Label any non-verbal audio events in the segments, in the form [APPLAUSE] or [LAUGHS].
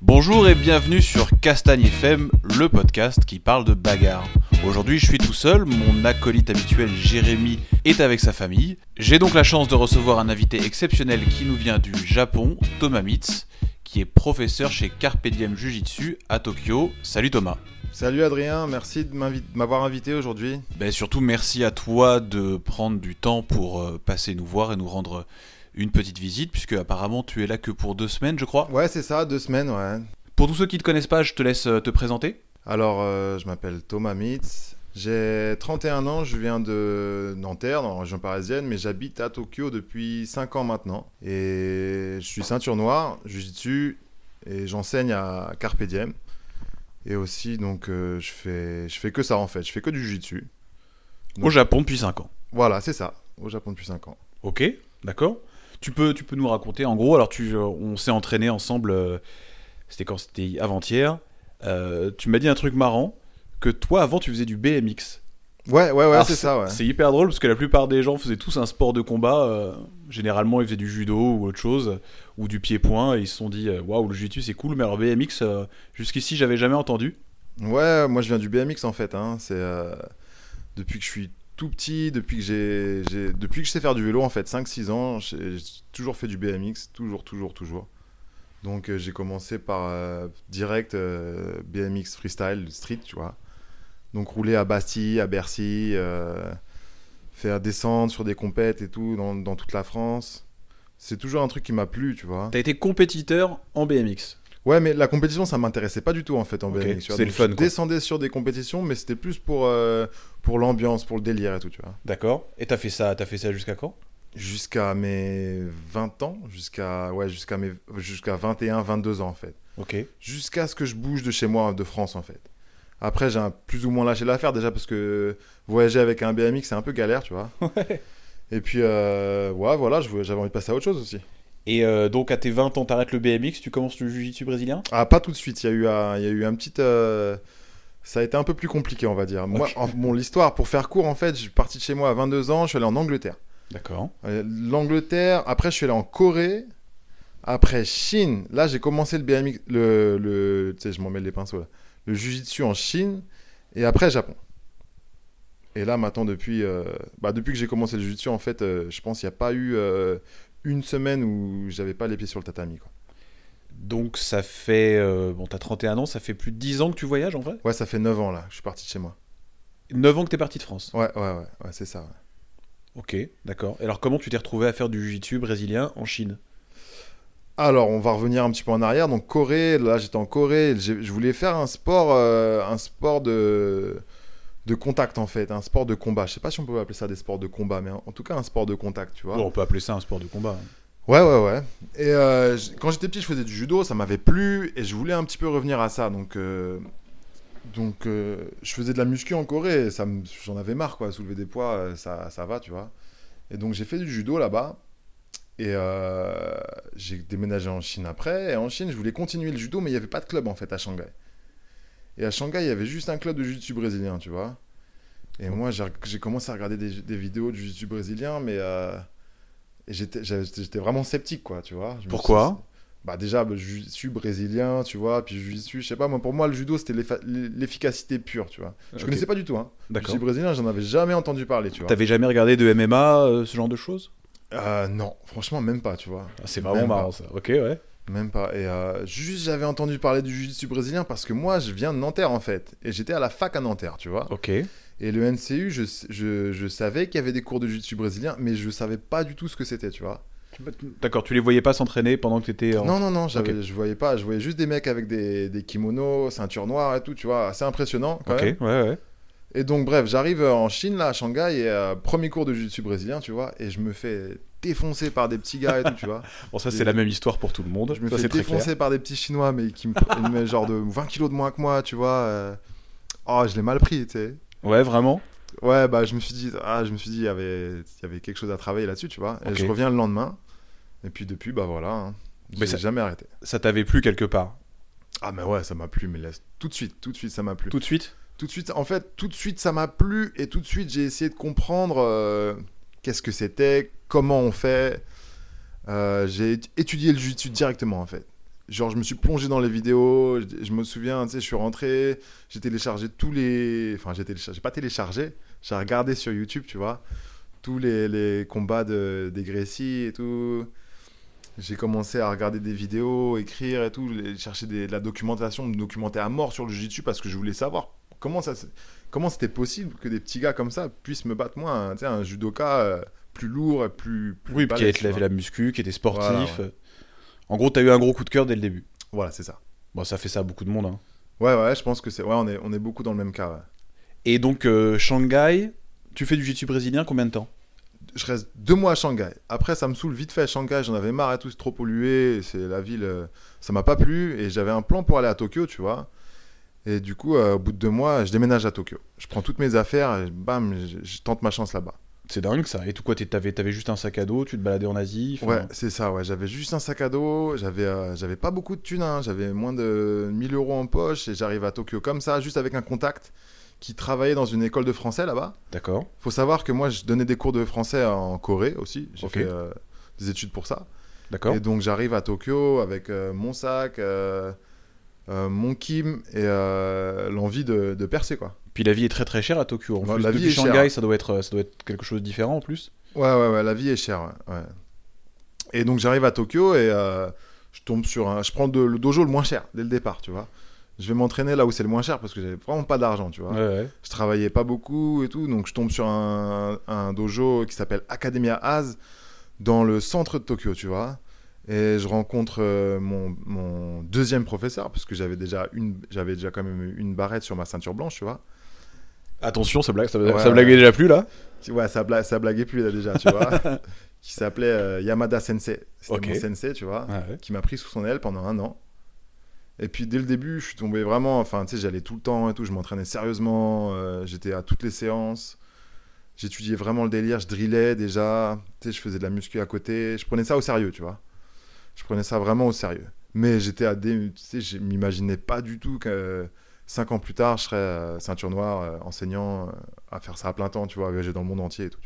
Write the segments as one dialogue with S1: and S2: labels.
S1: Bonjour et bienvenue sur Castagne FM, le podcast qui parle de bagarre. Aujourd'hui, je suis tout seul, mon acolyte habituel Jérémy est avec sa famille. J'ai donc la chance de recevoir un invité exceptionnel qui nous vient du Japon, Thomas Mitz, qui est professeur chez Carpe Diem Jujitsu à Tokyo. Salut Thomas.
S2: Salut Adrien, merci de m'invi- de m'avoir invité aujourd'hui.
S1: Ben surtout, merci à toi de prendre du temps pour euh, passer nous voir et nous rendre euh, une petite visite, puisque apparemment tu es là que pour deux semaines, je crois.
S2: Ouais, c'est ça, deux semaines, ouais.
S1: Pour tous ceux qui ne te connaissent pas, je te laisse euh, te présenter.
S2: Alors, euh, je m'appelle Thomas Mitz, j'ai 31 ans, je viens de Nanterre, dans la région parisienne, mais j'habite à Tokyo depuis 5 ans maintenant. Et je suis ceinture noire, jujitsu, et j'enseigne à Carpe Diem. Et aussi, donc, euh, je, fais, je fais que ça en fait, je fais que du jujitsu.
S1: Au Japon depuis 5 ans.
S2: Voilà, c'est ça, au Japon depuis 5 ans.
S1: Ok, d'accord. Tu peux, tu peux nous raconter, en gros, alors tu, euh, on s'est entraîné ensemble, euh, c'était quand c'était avant-hier, Euh, tu m'as dit un truc marrant, que toi avant tu faisais du BMX.
S2: Ouais, ouais, ouais,
S1: Alors,
S2: c'est ça, ouais.
S1: C'est hyper drôle parce que la plupart des gens faisaient tous un sport de combat, euh, généralement ils faisaient du judo ou autre chose, ou du pied-point, et ils se sont dit, euh, waouh, le jiu-jitsu c'est cool, mais alors BMX, euh, jusqu'ici j'avais jamais entendu.
S2: Ouais, moi je viens du BMX en fait. hein. C'est euh, depuis que je suis tout petit, depuis que j'ai, j'ai- depuis que je sais faire du vélo en fait, 5-6 ans, j'ai j'ai toujours fait du BMX, toujours, toujours, toujours. Donc euh, j'ai commencé par euh, direct euh, BMX freestyle street, tu vois. Donc rouler à Bastille, à Bercy, euh, faire descendre sur des compètes et tout dans, dans toute la France. C'est toujours un truc qui m'a plu, tu vois.
S1: T'as été compétiteur en BMX.
S2: Ouais, mais la compétition, ça m'intéressait pas du tout en fait en
S1: Ok,
S2: BMX. tu vois.
S1: c'est
S2: Donc,
S1: le fun,
S2: Je
S1: quoi.
S2: descendais sur des compétitions, mais c'était plus pour, euh, pour l'ambiance, pour le délire et tout, tu vois.
S1: D'accord. Et t'as fait ça, t'as fait ça jusqu'à quand
S2: Jusqu'à mes 20 ans, jusqu'à ouais, jusqu'à mes jusqu'à 21, 22 ans en fait.
S1: Ok.
S2: Jusqu'à ce que je bouge de chez moi, de France en fait. Après, j'ai un- plus ou moins lâché l'affaire déjà parce que voyager avec un BMX, c'est un peu galère, tu
S1: [LAUGHS]
S2: vois. Et puis, euh, ouais, voilà, je voulais- j'avais envie de passer à autre chose aussi.
S1: Et euh, donc à tes 20 ans, t'arrêtes le BMX, tu commences le jiu-jitsu brésilien
S2: Ah, pas tout de suite. Il y a eu un, il y a eu un petit. euh, Ça a été un peu plus compliqué, on va dire. Moi,
S1: Ok.
S2: en- bon, l'histoire, pour faire court, en fait, je suis parti de chez moi à 22 ans, je suis allé en Angleterre.
S1: D'accord.
S2: Euh, L'Angleterre, après, je suis allé en Corée, après Chine. Là, j'ai commencé le BMX, le. le- tu sais, je m'en mêle les pinceaux là. Le Jujitsu en Chine, et après, Japon. Et là, maintenant, depuis, euh, bah, depuis que j'ai commencé le Jujitsu, en fait, euh, je pense qu'il n'y a pas eu euh, une semaine où j'avais pas les pieds sur le tatami, quoi.
S1: Donc ça fait... euh, bon, t'as 31 ans, ça fait plus de 10 ans que tu voyages en vrai
S2: Ouais, ça fait 9 ans là, que je suis parti de chez moi.
S1: 9 ans que t'es parti de France.
S2: Ouais, ouais, ouais, ouais, c'est ça. ouais.
S1: Ok, d'accord. Et Alors comment tu t'es retrouvé à faire du jiu-jitsu brésilien en Chine
S2: Alors, on va revenir un petit peu en arrière. Donc, Corée, là, j'étais en Corée. j'ai- Je voulais faire un sport, euh, un sport de, de contact, en fait. Un sport de combat. Je sais pas si on peut appeler ça des sports de combat, mais en, en tout cas, un sport de contact, tu vois.
S1: Bon, On peut appeler ça un sport de combat. hein.
S2: Ouais, ouais, ouais. Et euh, j- quand j'étais petit, je faisais du judo. Ça m'avait plu. Et je voulais un petit peu revenir à ça. Donc, euh, donc euh, je faisais de la muscu en Corée. et ça me- J'en avais marre, quoi. Soulever des poids, euh, ça, ça va, tu vois. Et donc j'ai fait du judo là-bas. Et euh, j'ai déménagé en Chine après. Et en Chine, je voulais continuer le judo, mais il n'y avait pas de club en fait à Shanghai. Et à Shanghai, il y avait juste un club de jiu-jitsu brésilien, tu vois. Et moi, j'ai j'ai commencé à regarder des, des vidéos de jiu-jitsu brésilien, mais euh, et j'étais j'avais- j'étais vraiment sceptique, quoi, tu vois. Je me suis-
S1: Pourquoi
S2: Bah déjà, le jiu-jitsu brésilien, tu vois, puis jiu-jitsu, je sais pas, moi, pour moi, le judo, c'était l'effa- l'efficacité pure, tu vois. Je
S1: Ok,
S2: connaissais pas du tout, hein.
S1: D'accord.
S2: Jiu-jitsu brésilien, j'en avais jamais entendu parler, tu vois.
S1: T'avais jamais regardé de MMA, euh, ce genre de choses
S2: Euh, non, franchement, même pas, tu vois.
S1: Ah, C'est vraiment
S2: Même pas.
S1: marrant ça. Ok, ouais.
S2: Même pas. Et euh, juste, j'avais entendu parler du jiu-jitsu brésilien parce que moi, je viens de Nanterre, en fait. Et j'étais à la fac à Nanterre, tu vois.
S1: Ok.
S2: Et le NCU, je, je, je savais qu'il y avait des cours de jiu-jitsu brésilien, mais je savais pas du tout ce que c'était, tu vois.
S1: D'accord, tu les voyais pas s'entraîner pendant que t'étais... En...
S2: Non, non, non, j'avais- je voyais pas. Je voyais juste des mecs avec des, des kimonos, ceinture noire et tout, tu vois. Assez impressionnant, quand
S1: Ok,
S2: même.
S1: ouais, ouais.
S2: Et donc, bref, j'arrive euh, en Chine, là, à Shanghai, et euh, premier cours de jiu-jitsu brésilien, tu vois, et je me fais défoncer par des petits gars et tout, tu vois.
S1: Bon, ça c'est
S2: Des-
S1: la même histoire pour tout le monde.
S2: Je me
S1: Ça,
S2: fais
S1: c'est très clair.
S2: défoncer par des petits chinois, mais qui me prenaient genre de 20 kilos de moins que moi, tu vois. euh. Oh, je l'ai mal pris, tu sais.
S1: Ouais, vraiment
S2: Ouais, bah je me suis dit, ah, je me suis dit, il y avait, il y avait quelque chose à travailler là-dessus, tu vois. Et
S1: Ok.
S2: je reviens le lendemain. Et puis depuis, bah voilà. Hein.
S1: Mais
S2: J'ai
S1: ça-
S2: jamais arrêté.
S1: Ça t'avait plu quelque part
S2: Ah, mais ouais, ça m'a plu, mais laisse. Tout de suite, tout de suite, ça m'a plu.
S1: Tout de suite
S2: Tout de suite, en fait, tout de suite, ça m'a plu. Et tout de suite, j'ai essayé de comprendre euh, qu'est-ce que c'était, comment on fait. Euh, j'ai étudié le jiu-jitsu directement, en fait. Genre, je me suis plongé dans les vidéos. Je, je me souviens, tu sais, je suis rentré, j'ai téléchargé tous les. Enfin, j'ai téléchargé, j'ai pas téléchargé, j'ai regardé sur YouTube, tu vois, tous les, les combats de, des Gracie et tout. J'ai commencé à regarder des vidéos, écrire et tout, les- chercher des- de la documentation, me documenter à mort sur le jiu-jitsu parce que je voulais savoir comment ça, se- comment c'était possible que des petits gars comme ça puissent me battre moi, un, tu sais, un judoka euh, plus lourd et plus. plus
S3: Oui, qui a
S2: balèze, tu
S3: été lavé
S2: vois.
S3: la muscu, qui était sportif.
S2: Voilà, ouais.
S3: euh. En gros, t'as eu un gros coup de cœur dès le début.
S2: Voilà, c'est ça.
S3: Bon, ça fait ça à beaucoup de monde. hein.
S2: Ouais, ouais, je pense que c'est. Ouais, on est, on est beaucoup dans le même cas. ouais.
S3: Et donc, euh, Shanghai, tu fais du jiu-jitsu brésilien combien de temps
S2: Je reste deux mois à Shanghai. Après, ça me saoule vite fait. Shanghai, j'en avais marre et tout, c'est trop pollué. C'est la ville, euh, ça m'a pas plu. Et j'avais un plan pour aller à Tokyo, tu vois. Et du coup, euh, au bout de deux mois, je déménage à Tokyo. Je prends toutes mes affaires et bam, je, je tente ma chance là-bas.
S3: C'est dingue ça. Et tout quoi, t'es- t'avais t'avais juste un sac à dos, tu te baladais en Asie. enfin,
S2: Ouais, c'est ça, ouais. J'avais juste un sac à dos, j'avais euh, j'avais pas beaucoup de thunes, hein. j'avais moins de 1000 euros en poche et j'arrive à Tokyo comme ça, juste avec un contact qui travaillait dans une école de français là-bas.
S3: D'accord.
S2: Faut savoir que moi, je donnais des cours de français en Corée aussi. J'ai
S3: Ok.
S2: fait euh, des études pour ça.
S3: D'accord.
S2: Et donc, j'arrive à Tokyo avec euh, mon sac, euh, euh, mon kim et euh, l'envie de, de percer, quoi.
S3: Puis la vie est très très chère à Tokyo. En
S2: Ouais,
S3: plus,
S2: Bah, la vie
S3: depuis
S2: est chère.
S3: Shanghai, ça doit être ça doit être quelque chose de différent en plus.
S2: Ouais, ouais, ouais, la vie est chère, ouais. ouais. Et donc, j'arrive à Tokyo et euh, je tombe sur un... Je prends de- le dojo le moins cher, dès le départ, tu vois. Je vais m'entraîner là où c'est le moins cher parce que j'avais vraiment pas d'argent, tu vois.
S3: Ouais, ouais.
S2: je travaillais pas beaucoup et tout, donc je tombe sur un, un dojo qui s'appelle Academia Az dans le centre de Tokyo, tu vois. Et je rencontre euh, mon, mon deuxième professeur, parce que j'avais déjà, une, j'avais déjà quand même une barrette sur ma ceinture blanche, tu vois.
S3: Attention, ça blague, ça,
S2: Ouais.
S3: ça blaguait déjà plus là.
S2: Tu- Ouais, ça, bla- ça blaguait plus là déjà, tu vois. qui s'appelait euh, Yamada Sensei. C'était
S3: Ok.
S2: mon sensei, tu vois.
S3: Ouais.
S2: qui m'a pris sous son aile pendant un an. Et puis dès le début, je suis tombé vraiment. Enfin, tu sais, j'allais tout le temps et tout. Je m'entraînais sérieusement. euh, J'étais à toutes les séances. J'étudiais vraiment le délire. Je drillais déjà. Tu sais, je faisais de la muscu à côté. Je prenais ça au sérieux, tu vois. Je prenais ça vraiment au sérieux. Mais j'étais à des. Tu sais, je m'imaginais pas du tout que euh, cinq ans plus tard, je serais euh, ceinture noire, euh, enseignant, euh, à faire ça à plein temps, tu vois, à voyager dans le monde entier et tout.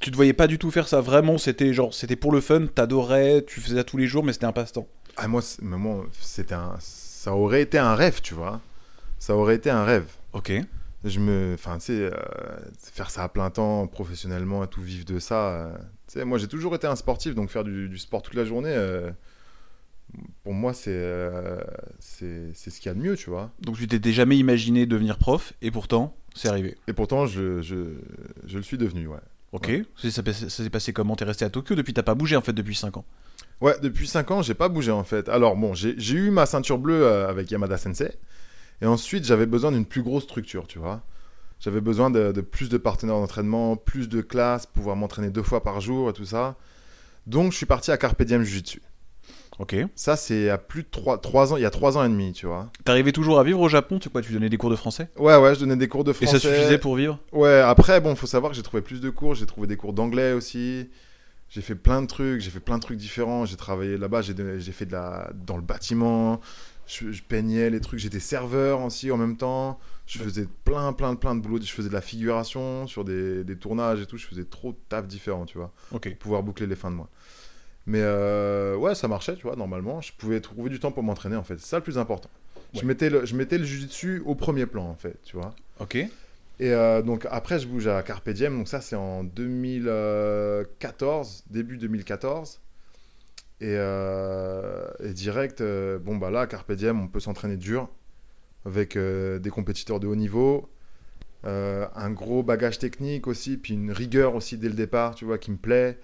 S3: Tu te voyais pas du tout faire ça. Vraiment, c'était genre, c'était pour le fun. T'adorais, tu faisais ça tous les jours, mais c'était un passe-temps.
S2: Ah, moi, c'est- mais moi, c'était un- ça aurait été un rêve, tu vois. Ça aurait été un rêve.
S3: Ok.
S2: Je me, enfin, tu sais, euh, faire ça à plein temps, professionnellement et tout, vivre de ça. euh, tu sais, moi, j'ai toujours été un sportif, donc faire du, du sport toute la journée, euh, pour moi, c'est euh, c'est c'est ce qu'il y a de mieux, tu vois.
S3: Donc tu t'étais jamais imaginé devenir prof, et pourtant, c'est arrivé.
S2: Et pourtant, je, je, je le suis devenu, ouais.
S3: Ok. C'est- Ça, ça s'est passé comment T'es resté à Tokyo depuis T'as pas bougé en fait depuis 5 ans.
S2: Ouais, depuis 5 ans, j'ai pas bougé en fait. Alors bon, j'ai j'ai eu ma ceinture bleue euh, avec Yamada Sensei. Et ensuite, j'avais besoin d'une plus grosse structure, tu vois. J'avais besoin de, de plus de partenaires d'entraînement, plus de classes, pouvoir m'entraîner deux fois par jour et tout ça. Donc, je suis parti à Carpe Diem Jiu-Jitsu.
S3: Ok.
S2: Ça, c'est à plus de 3, ans, il y a 3 ans et demi, tu vois.
S3: T'arrivais toujours à vivre au Japon. Tu quoi Tu donnais des cours de français,
S2: Ouais, ouais, je donnais des cours de français.
S3: Et ça suffisait pour vivre.
S2: Ouais, après, bon, faut savoir que j'ai trouvé plus de cours. J'ai trouvé des cours d'anglais aussi. J'ai fait plein de trucs. J'ai fait plein de trucs différents. J'ai travaillé là-bas. J'ai de- j'ai fait de la, dans le bâtiment. Je, je peignais les trucs. J'étais serveur aussi en même temps. Je faisais plein, plein, plein de boulot. Je faisais de la figuration sur des, des tournages et tout. Je faisais trop de taf différents, tu vois,
S3: Ok.
S2: pour pouvoir boucler les fins de mois. Mais euh, ouais, ça marchait, tu vois, normalement. Je pouvais trouver du temps pour m'entraîner, en fait. C'est ça le plus important. Je
S3: Ouais.
S2: mettais le, je mettais le jujitsu au premier plan, en fait, tu vois.
S3: Ok.
S2: Et euh, donc après, je bouge à Carpe Diem. Donc ça, c'est en 2014, début 2014. Et, euh, et direct, euh, bon bah là, à Carpe Diem, on peut s'entraîner dur avec euh, des compétiteurs de haut niveau, euh, un gros bagage technique aussi, puis une rigueur aussi dès le départ, tu vois, qui me plaît,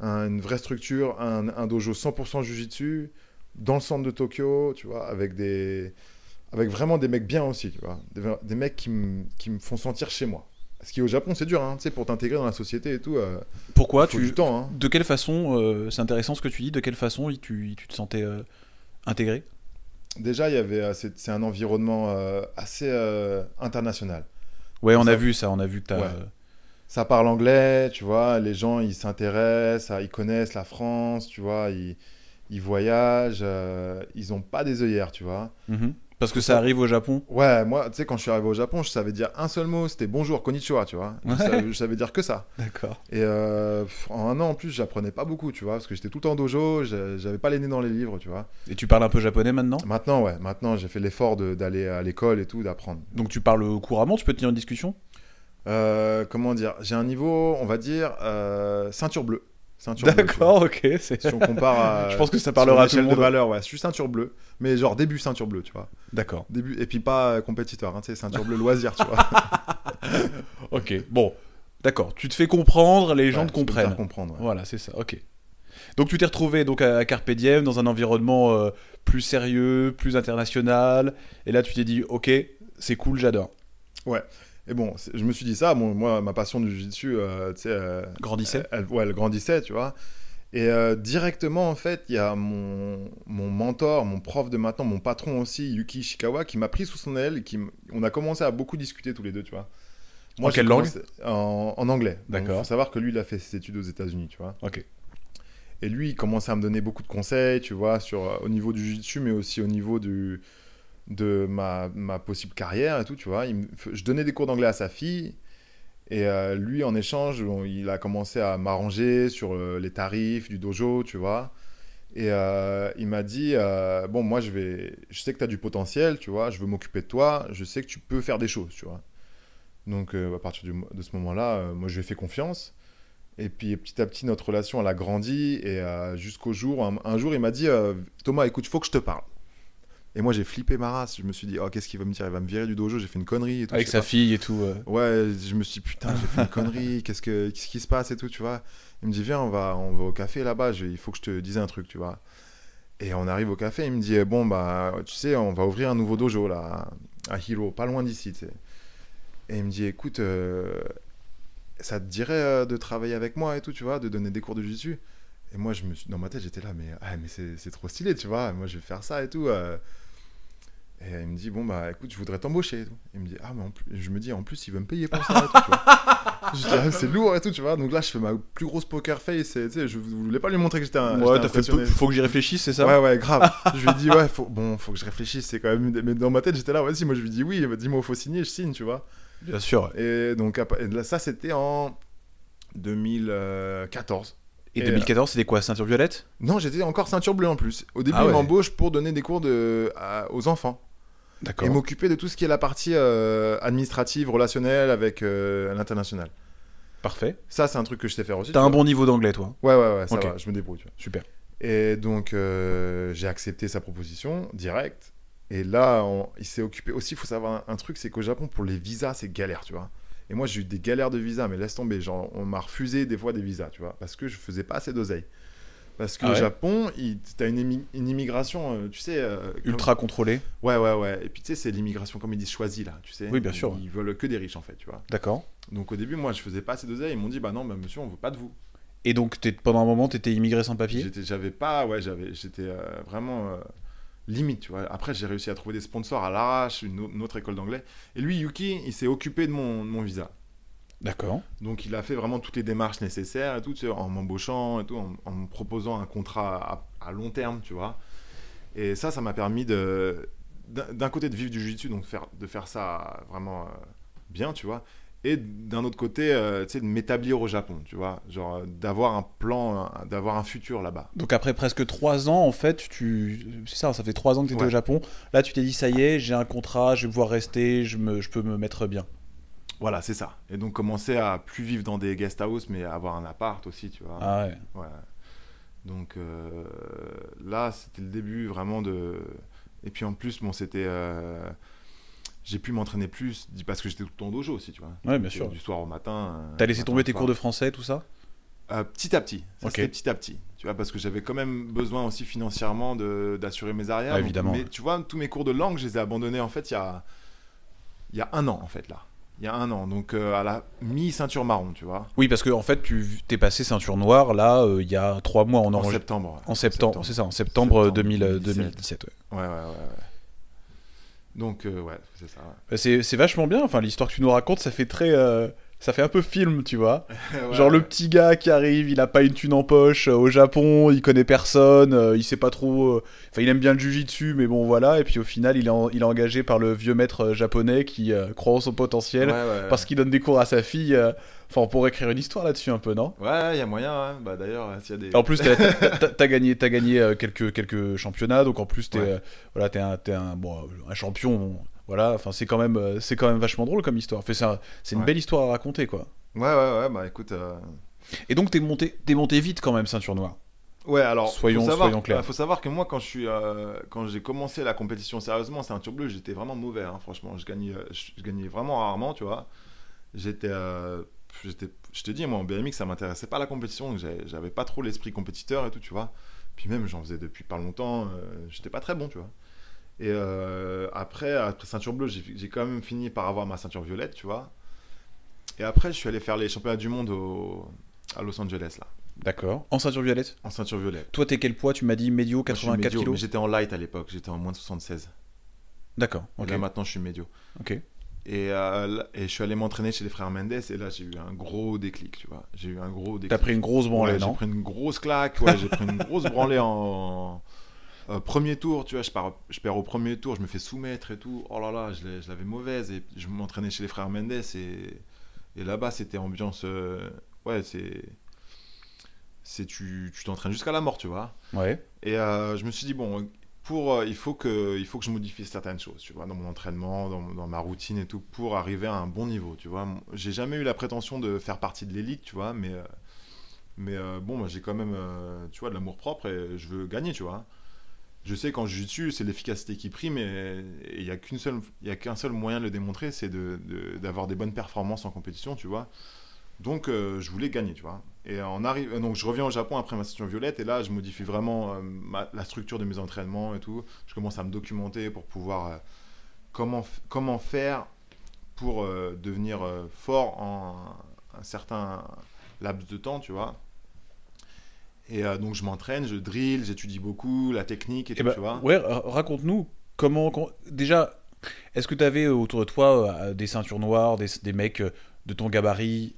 S2: un- une vraie structure, un, un dojo 100% jujitsu dans le centre de Tokyo, tu vois, avec des avec vraiment des mecs bien aussi, tu vois. Des, des mecs qui me qui me font sentir chez moi. Ce qui au Japon, c'est dur, hein, tu sais, pour t'intégrer dans la société et tout. Euh,
S1: Ah,
S3: Pourquoi
S2: faut
S3: tu
S2: du temps, hein.
S3: De quelle façon, euh, c'est intéressant ce que tu dis, de quelle façon il- tu, tu te sentais euh, intégré
S2: Déjà, il y avait, euh, c'est c'est un environnement euh, assez euh, international.
S3: Ouais, on
S2: Ça-
S3: a vu ça, on a vu que t'as.
S2: Ouais. Ça parle anglais, tu vois. Les gens, ils s'intéressent, à- ils connaissent la euh, France, tu vois. Ils, ils voyagent, euh, ils ont pas des œillères, tu vois.
S3: Mhm.
S1: Parce que ça arrive au Japon.
S2: Ouais, moi, tu sais, quand je suis arrivé au Japon, je savais dire un seul mot, c'était bonjour, konnichiwa, tu vois. Je,
S1: Ouais.
S2: savais, je savais dire que ça.
S1: D'accord.
S2: Et euh, pff, en un an, en plus, j'apprenais pas beaucoup, tu vois, parce que j'étais tout le temps au dojo, j'a- j'avais pas les nez dans les livres, tu vois.
S1: Et tu parles un peu japonais maintenant
S2: Maintenant, ouais, maintenant, j'ai fait l'effort de- d'aller à l'école et tout, d'apprendre.
S1: Donc tu parles couramment, tu peux tenir une discussion
S2: Euh, comment dire J'ai un niveau, on va dire, euh, ceinture bleue. Ceinture bleue, tu vois.
S1: D'accord, ok. c'est-
S2: Si on compare à.
S1: [LAUGHS] Je pense que ça
S2: sur
S1: parlera
S2: une
S1: à tout le
S2: échelle de
S1: monde.
S2: valeur, ouais. Je suis ceinture bleue, mais genre début ceinture bleue, tu vois.
S1: D'accord.
S2: Début, et puis pas euh, compétiteur, hein, tu sais, ceinture bleue loisir, tu vois.
S1: Ok. Bon. D'accord. Tu te fais comprendre, [LAUGHS] les gens
S2: Ouais,
S1: te
S2: tu peux me
S1: comprennent.
S2: faire comprendre. ouais.
S1: Voilà, c'est ça. Ok. Donc tu t'es retrouvé donc à Carpe Diem dans un environnement euh, plus sérieux, plus international. Et là, tu t'es dit, ok, c'est cool, j'adore.
S2: Et bon, c'est- je me suis dit ça, bon, moi, ma passion du jiu-jitsu, euh, tu sais, euh,
S1: Grandissait.
S2: elle, ouais, elle grandissait, tu vois. Et euh, directement, en fait, il y a mon, mon mentor, mon prof de maintenant, mon patron aussi, Yuki Ishikawa, qui m'a pris sous son aile. et Qui m- on a commencé à beaucoup discuter tous les deux, tu vois.
S1: En
S2: j'ai
S1: quelle langue
S2: commencé- en, en anglais. Donc,
S1: D'accord.
S2: faut savoir que lui, il a fait ses études aux États-Unis, tu vois.
S1: Ok.
S2: Et lui, il commençait à me donner beaucoup de conseils, tu vois, sur, euh, au niveau du jiu-jitsu, mais aussi au niveau du, de ma, ma possible carrière et tout, tu vois. Il me f- je donnais des cours d'anglais à sa fille. Et euh, lui, en échange, on- il a commencé à m'arranger sur euh, les tarifs du dojo, tu vois. Et euh, il m'a dit, euh, bon, moi, je, vais, je sais que tu as du potentiel, tu vois, je veux m'occuper de toi, je sais que tu peux faire des choses, tu vois. Donc, euh, à partir du mo- de ce moment-là, euh, moi, je lui ai fait confiance. Et puis petit à petit, notre relation, elle a grandi. Et euh, jusqu'au jour, un, un jour, il m'a dit euh, Thomas, écoute, faut que je te parle. Et moi, j'ai flippé ma race. Je me suis dit Oh, qu'est-ce qu'il va me dire Il va me virer du dojo, j'ai fait une connerie. Et tout,
S1: Avec
S2: je
S1: sa
S2: sais
S1: fille et tout. euh.
S2: pas. Ouais, je me suis dit Putain, j'ai fait
S1: [LAUGHS]
S2: une connerie. Qu'est-ce, que, qu'est-ce qui se passe et tout, tu vois Il me dit Viens, on va, on va au café là-bas. je- il faut que je te dise un truc, tu vois. Et on arrive au café. Il me dit Bon, bah, tu sais, on va ouvrir un nouveau dojo là, à Hiro, pas loin d'ici, tu sais. Et il me dit Écoute, euh, ça te dirait euh, de travailler avec moi et tout, tu vois, de donner des cours de jiu Et moi, je me suis, dans ma tête, j'étais là, mais, ah, mais c'est c'est trop stylé, tu vois, moi je vais faire ça et tout. euh. Et il me dit, bon, bah écoute, je voudrais t'embaucher. et tout. Il me dit, ah, mais en plus, je me dis, en plus, il veut me payer pour ça. et tout, tu vois. Je dis, ah, c'est lourd et tout, tu vois. Donc là, je fais ma plus grosse poker face. et, tu sais, je voulais pas lui montrer que j'étais un.
S1: ouais,
S2: j'étais
S1: t'as fait.
S2: impressionné.
S1: peu- Faut que j'y réfléchisse, c'est ça
S2: Ouais, ouais, grave.
S1: [LAUGHS]
S2: je lui dis, ouais, faut, bon, faut que je réfléchisse, c'est quand même. une des- Mais dans ma tête, j'étais là, vas-y, moi je lui dis, oui, dis-moi, faut signer, je signe, tu vois.
S1: Bien sûr. ouais.
S2: Et donc, à pa- et là, ça, c'était en 2014.
S1: Et,
S2: Et,
S1: 2014, c'était quoi Ceinture violette
S2: Non, j'étais encore ceinture bleue en plus. Au début,
S1: Ah
S2: ils
S1: ouais.
S2: m'embauchent pour donner des cours de, à- aux enfants
S1: D'accord.
S2: et m'occuper de tout ce qui est la partie euh, administrative, relationnelle avec euh, l'international.
S1: Parfait.
S2: Ça, c'est un truc que je sais faire aussi.
S1: T'as
S2: tu
S1: un
S2: vois.
S1: bon niveau d'anglais, toi.
S2: Ouais, ouais, ouais, ça
S1: Ok.
S2: va, je me débrouille. tu vois.
S1: Super.
S2: Et donc, euh, j'ai accepté sa proposition direct. Et là, on- il s'est occupé aussi. Il faut savoir un, un truc c'est qu'au Japon, pour les visas, c'est galère, tu vois. Et moi, j'ai eu des galères de visa, mais laisse tomber. Genre, on m'a refusé des fois des visas, tu vois, parce que je faisais pas assez d'oseille. Parce que
S1: Ah
S2: le
S1: ouais
S2: Japon, il- t'as une, émi- une immigration, euh, tu sais. euh, comme-
S1: Ultra contrôlé.
S2: Ouais, ouais, ouais. Et puis, tu sais, c'est l'immigration, comme ils disent, choisie, là, tu sais.
S1: Oui, bien sûr,
S2: Ils,
S1: ouais.
S2: ils veulent que des riches, en fait, tu vois.
S1: D'accord.
S2: Donc, au début, moi, je faisais pas assez d'oseille. Ils m'ont dit, bah non, bah, monsieur, on veut pas de vous.
S1: Et donc, t'es- pendant un moment, t'étais immigré sans papier
S2: J'étais, j'avais pas, ouais, j'avais, j'étais euh, vraiment euh, limite, tu vois. Après, j'ai réussi à trouver des sponsors à l'arrache, une, au- une autre école d'anglais. Et lui, Yuki, il s'est occupé de mon, de mon visa.
S1: D'accord.
S2: Donc, il a fait vraiment toutes les démarches nécessaires et tout, tu sais, en m'embauchant et tout, en, en me proposant un contrat à, à long terme, tu vois. Et ça, ça m'a permis de, d'un, d'un côté de vivre du jiu-jitsu, donc faire, de faire ça vraiment euh, bien, tu vois. Et d'un autre côté, euh, tu sais, de m'établir au Japon, tu vois. Genre, euh, d'avoir un plan, euh, d'avoir un futur là-bas.
S1: Donc après presque trois ans, en fait, tu... c'est ça, ça fait trois ans que tu étais
S2: Ouais.
S1: au Japon. Là, tu t'es dit, ça y est, j'ai un contrat, je vais pouvoir rester, je, me... je peux me mettre bien.
S2: Voilà, c'est ça. Et donc commencer à plus vivre dans des guest house, mais à avoir un appart aussi, tu vois.
S1: Ah ouais.
S2: Ouais. Donc euh, là, c'était le début vraiment de. Et puis en plus, bon, c'était. euh, J'ai pu m'entraîner plus dit- parce que j'étais tout le temps au dojo aussi, tu vois.
S1: Ouais, bien sûr.
S2: Du soir au matin. euh,
S1: T'as laissé
S2: matin
S1: tomber
S2: au
S1: tes
S2: soir.
S1: cours de français, tout ça
S2: Euh, petit à petit. Ça,
S1: Ok.
S2: c'était petit à petit. Tu vois, parce que j'avais quand même besoin aussi financièrement de- d'assurer mes arrières.
S1: Ah,
S2: Donc,
S1: évidemment,
S2: Mais
S1: ouais.
S2: tu vois, tous mes cours de langue, je les ai abandonnés en fait il y a, il y a un an, en fait, là. Il y a un an. Donc euh, à la mi-ceinture marron, tu vois.
S1: Oui, parce que en fait, tu t'es passé ceinture noire, là, euh, il y a trois mois, on
S2: En,
S1: enregistre.
S2: septembre. ouais.
S1: En septembre, c'est ça, en septembre, euh,
S2: Septembre
S1: 2000,
S2: 2017.
S1: 2017. ouais.
S2: Ouais, ouais, ouais. ouais. Donc, euh, ouais, c'est ça. [LAUGHS] ouais.
S1: Bah, C'est c'est vachement bien, enfin, l'histoire que tu nous racontes, ça fait très... euh, ça fait un peu film, tu vois.
S2: Ouais,
S1: Genre le
S2: ouais.
S1: petit gars qui arrive, il a pas une thune en poche euh, au Japon, il connaît personne, euh, il sait pas trop. euh, Enfin, il aime bien le jujitsu, mais bon, voilà. Et puis au final, il est, en- il est engagé par le vieux maître euh, japonais qui euh, croit en son potentiel
S2: Ouais, ouais, ouais.
S1: parce qu'il donne des cours à sa fille. euh. Enfin, on pourrait écrire une histoire là-dessus un peu, non
S2: Ouais, ouais, il y a moyen. hein. Bah, D'ailleurs, euh, s'il y a des.
S1: en plus, t'as- t'as t'as- t'as gagné, t'as gagné euh, quelques, quelques championnats, donc en plus, t'es
S2: Ouais.
S1: euh, voilà, t'es un, t'es un, bon, euh, un champion. bon, voilà, enfin, c'est quand même, euh, c'est quand même vachement drôle comme histoire. Enfin, c'est un- c'est une
S2: Ouais.
S1: belle histoire à raconter, quoi.
S2: Ouais, ouais, ouais. Bah, écoute. euh,
S1: Et donc, t'es monté, t'es monté vite quand même, ceinture noire.
S2: Ouais, alors.
S1: Soyons-
S2: faut savoir,
S1: soyons clairs.
S2: euh, faut savoir que moi, quand je suis, euh, quand j'ai commencé la compétition sérieusement, ceinture bleue, j'étais vraiment mauvais. hein, franchement, je gagnais, euh, je, je gagnais vraiment rarement, tu vois. J'étais, euh, j'étais, je te dis, moi en BMX, ça m'intéressait pas la compétition. donc j'avais- J'avais pas trop l'esprit compétiteur et tout, tu vois. Puis même, j'en faisais depuis pas longtemps. euh, j'étais pas très bon, tu vois. Et euh, après, après ceinture bleue, j'ai j'ai quand même fini par avoir ma ceinture violette, tu vois. Et après, je suis allé faire les championnats du monde au- à Los Angeles, là,
S1: D'accord. En ceinture violette.
S2: en ceinture violette.
S1: Toi, t'es quel poids Tu m'as dit médio,
S2: Moi, je suis
S1: 84
S2: médio, mais
S1: kilos.
S2: J'étais en light à l'époque, j'étais en moins de 76.
S1: D'accord.
S2: Et
S1: ok.
S2: Là maintenant, je suis médio.
S1: Ok.
S2: Et, euh, là- et je suis allé m'entraîner chez les frères Mendes et là j'ai eu un gros déclic, tu vois. J'ai eu un gros déclic.
S1: T'as pris une grosse branlée,
S2: Ouais, J'ai
S1: non
S2: pris une grosse claque, ouais, j'ai pris une grosse branlée en euh, premier tour, tu vois. Je, pars- je perds au premier tour, je me fais soumettre et tout. Oh là là, je l'ai- je l'avais mauvaise et je m'entraînais chez les frères Mendes et, et là-bas c'était ambiance. euh, ouais, c'est. c'est- Tu tu t'entraînes jusqu'à la mort, tu vois.
S1: Ouais.
S2: Et euh, je me suis dit, bon, pour, euh, il, faut que, il faut que je modifie certaines choses, tu vois, dans mon entraînement, dans, dans ma routine et tout, pour arriver à un bon niveau, tu vois. Mon- J'ai jamais eu la prétention de faire partie de l'élite, tu vois, mais, euh, mais euh, bon, moi, j'ai quand même, euh, tu vois, de l'amour-propre et je veux gagner, tu vois. Je sais, quand je suis dessus, c'est l'efficacité qui prime et et il n'y a qu'une seule- il y a qu'un seul moyen de le démontrer, c'est de- de- d'avoir des bonnes performances en compétition, tu vois. Donc, euh, je voulais gagner, tu vois. Et en arri- euh, donc, je reviens au Japon après ma session violette, et là, je modifie vraiment euh, ma- la structure de mes entraînements et tout. Je commence à me documenter pour pouvoir euh, comment, f- comment faire pour euh, devenir euh, fort en un certain laps de temps, tu vois. Et euh, donc, je m'entraîne, je drill, j'étudie beaucoup la technique et,
S1: Eh
S2: tout,
S1: ben,
S2: tu vois.
S1: ouais, ra- raconte-nous comment, quand- déjà, est-ce que t'avais euh, autour de toi euh, des ceintures noires, des, des mecs euh, de ton gabarit,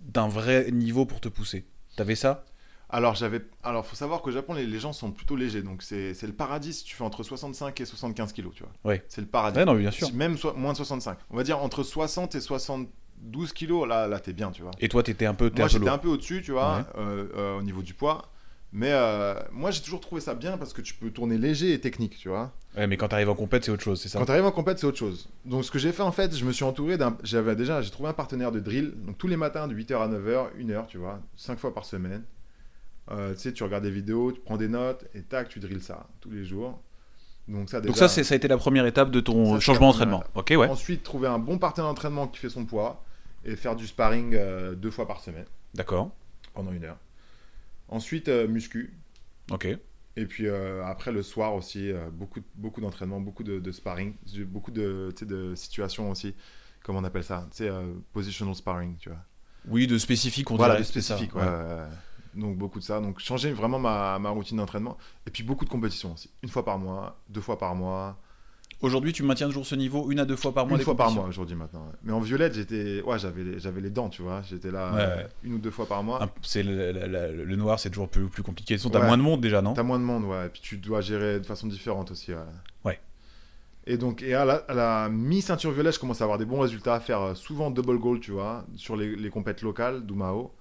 S1: d'un vrai niveau pour te pousser T'avais ça
S2: Alors, j'avais. Alors, faut savoir qu'au Japon, les, les gens sont plutôt légers. Donc, c'est c'est le paradis si tu fais entre 65 et 75 kilos, tu vois.
S1: Ouais.
S2: C'est le paradis.
S1: Ouais, non, mais bien sûr.
S2: Ah, Si- Même so- moins de 65. On va dire entre 60 et 72 kilos, là, là t'es bien, tu vois.
S1: Et toi, t'étais un peu, t'es
S2: Moi,
S1: un peu
S2: j'étais
S1: lourd.
S2: un peu au-dessus, tu vois,
S1: Ouais.
S2: euh, euh, au niveau du poids. Mais euh, moi, j'ai toujours trouvé ça bien parce que tu peux tourner léger et technique, tu vois.
S1: Ouais, mais quand t'arrives en compète, c'est autre chose, c'est ça
S2: Quand t'arrives en compète, c'est autre chose. Donc, ce que j'ai fait, en fait, je me suis entouré d'un. J'avais déjà, j'ai trouvé un partenaire de drill. Donc, tous les matins, de 8h à 9h, 1h, tu vois, 5 fois par semaine. Euh, tu sais, tu regardes des vidéos, tu prends des notes et tac, tu drilles ça tous les jours. Donc, ça,
S1: Donc
S2: déjà-
S1: ça, c'est- ça a été la première étape de
S2: Ça, c'est
S1: ton
S2: la
S1: changement
S2: première
S1: d'entraînement. Ok, ouais.
S2: Ensuite, trouver un bon partenaire d'entraînement qui fait son poids et faire du sparring euh, deux fois par semaine
S1: D'accord.
S2: pendant une heure. Ensuite, euh, muscu.
S1: Ok.
S2: Et puis euh, après, le soir aussi, euh, beaucoup, beaucoup d'entraînement, beaucoup de, de sparring, du- beaucoup de, tu sais, de situations aussi. Comment on appelle ça Tu sais, euh, positional sparring, tu vois.
S1: Oui, de spécifique, on
S2: voilà,
S1: dirait.
S2: de
S1: c'est ça,
S2: spécifique.
S1: ouais.
S2: ouais, ouais, ouais. Donc beaucoup de ça. Donc changer vraiment ma, ma routine d'entraînement. Et puis beaucoup de compétitions aussi. Une fois par mois, deux fois par mois.
S1: Aujourd'hui, tu maintiens toujours ce niveau une à deux fois par mois.
S2: une
S1: des
S2: fois par
S1: compétitions.
S2: mois aujourd'hui maintenant. ouais. Mais en violette, j'étais, ouais, j'avais, les- j'avais les dents, tu vois. J'étais là
S1: Ouais,
S2: euh,
S1: ouais.
S2: une ou deux fois par mois.
S1: Un- Ah, C'est le, la- la- le noir, c'est toujours plus, plus compliqué. De toute façon, t'as
S2: Ouais.
S1: moins de monde déjà, non
S2: T'as moins de monde, ouais. Et puis tu dois gérer de façon différente aussi. Ouais.
S1: Ouais.
S2: Et donc, et à la, à la mi-ceinture violette, je commence à avoir des bons résultats, à faire euh, souvent double goal, tu vois, sur les, les compètes locales d'Umao.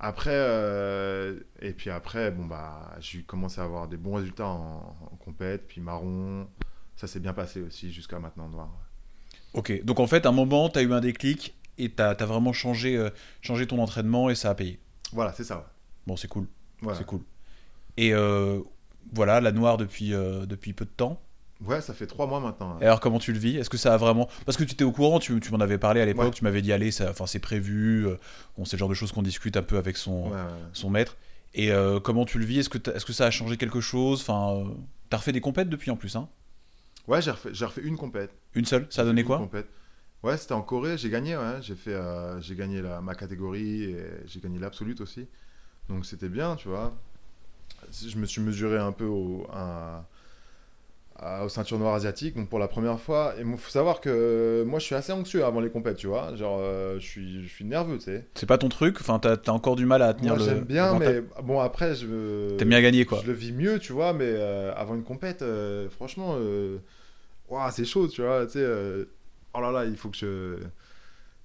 S2: Après, euh, et puis après, bon, bah, j'ai commencé à avoir des bons résultats en, en compète, puis marron. Ça s'est bien passé aussi jusqu'à maintenant, noir.
S1: Ok. Donc en fait, à un moment, t'as eu un déclic et t'as as vraiment changé, euh, changé ton entraînement et ça a payé.
S2: Voilà, c'est ça. ouais.
S1: Bon, c'est cool.
S2: Voilà.
S1: C'est cool. Et euh, voilà, la noire depuis, euh, depuis peu de temps.
S2: Ouais, ça fait trois mois maintenant. hein.
S1: Et alors, comment tu le vis Est-ce que ça a vraiment. Parce que tu t'es au courant, tu, tu m'en avais parlé à l'époque,
S2: Ouais.
S1: tu m'avais dit, allez, ça- enfin, c'est prévu. euh, bon, c'est le genre de choses qu'on discute un peu avec son,
S2: Ouais, ouais.
S1: son maître. Et euh, comment tu le vis Est-ce que, t'as- est-ce que ça a changé quelque chose Enfin, euh, t'as refait des compètes depuis en plus, hein
S2: Ouais, j'ai refait, j'ai refait une compète.
S1: Une seule Ça a donné
S2: Une
S1: quoi
S2: compète. Ouais, c'était en Corée, j'ai gagné, ouais. j'ai fait, euh, j'ai gagné la, ma catégorie et j'ai gagné l'absolute aussi. Donc c'était bien, tu vois. Je me suis mesuré un peu au, à, à- aux ceintures noires asiatiques, donc pour la première fois. Et il faut savoir que euh, moi, je suis assez anxieux avant les compètes, tu vois. Genre, euh, je, suis, je suis nerveux, tu sais.
S1: C'est pas ton truc, enfin t'as t'as encore du mal à tenir
S2: Moi,
S1: le.
S2: j'aime bien,
S1: le mental.
S2: mais bon, après, je.
S1: T'aimes bien gagner quoi.
S2: Je le vis mieux, tu vois, mais euh, avant une compète, euh, franchement, euh, ouah, c'est chaud, tu vois. Tu sais, euh, oh là là, il faut que je.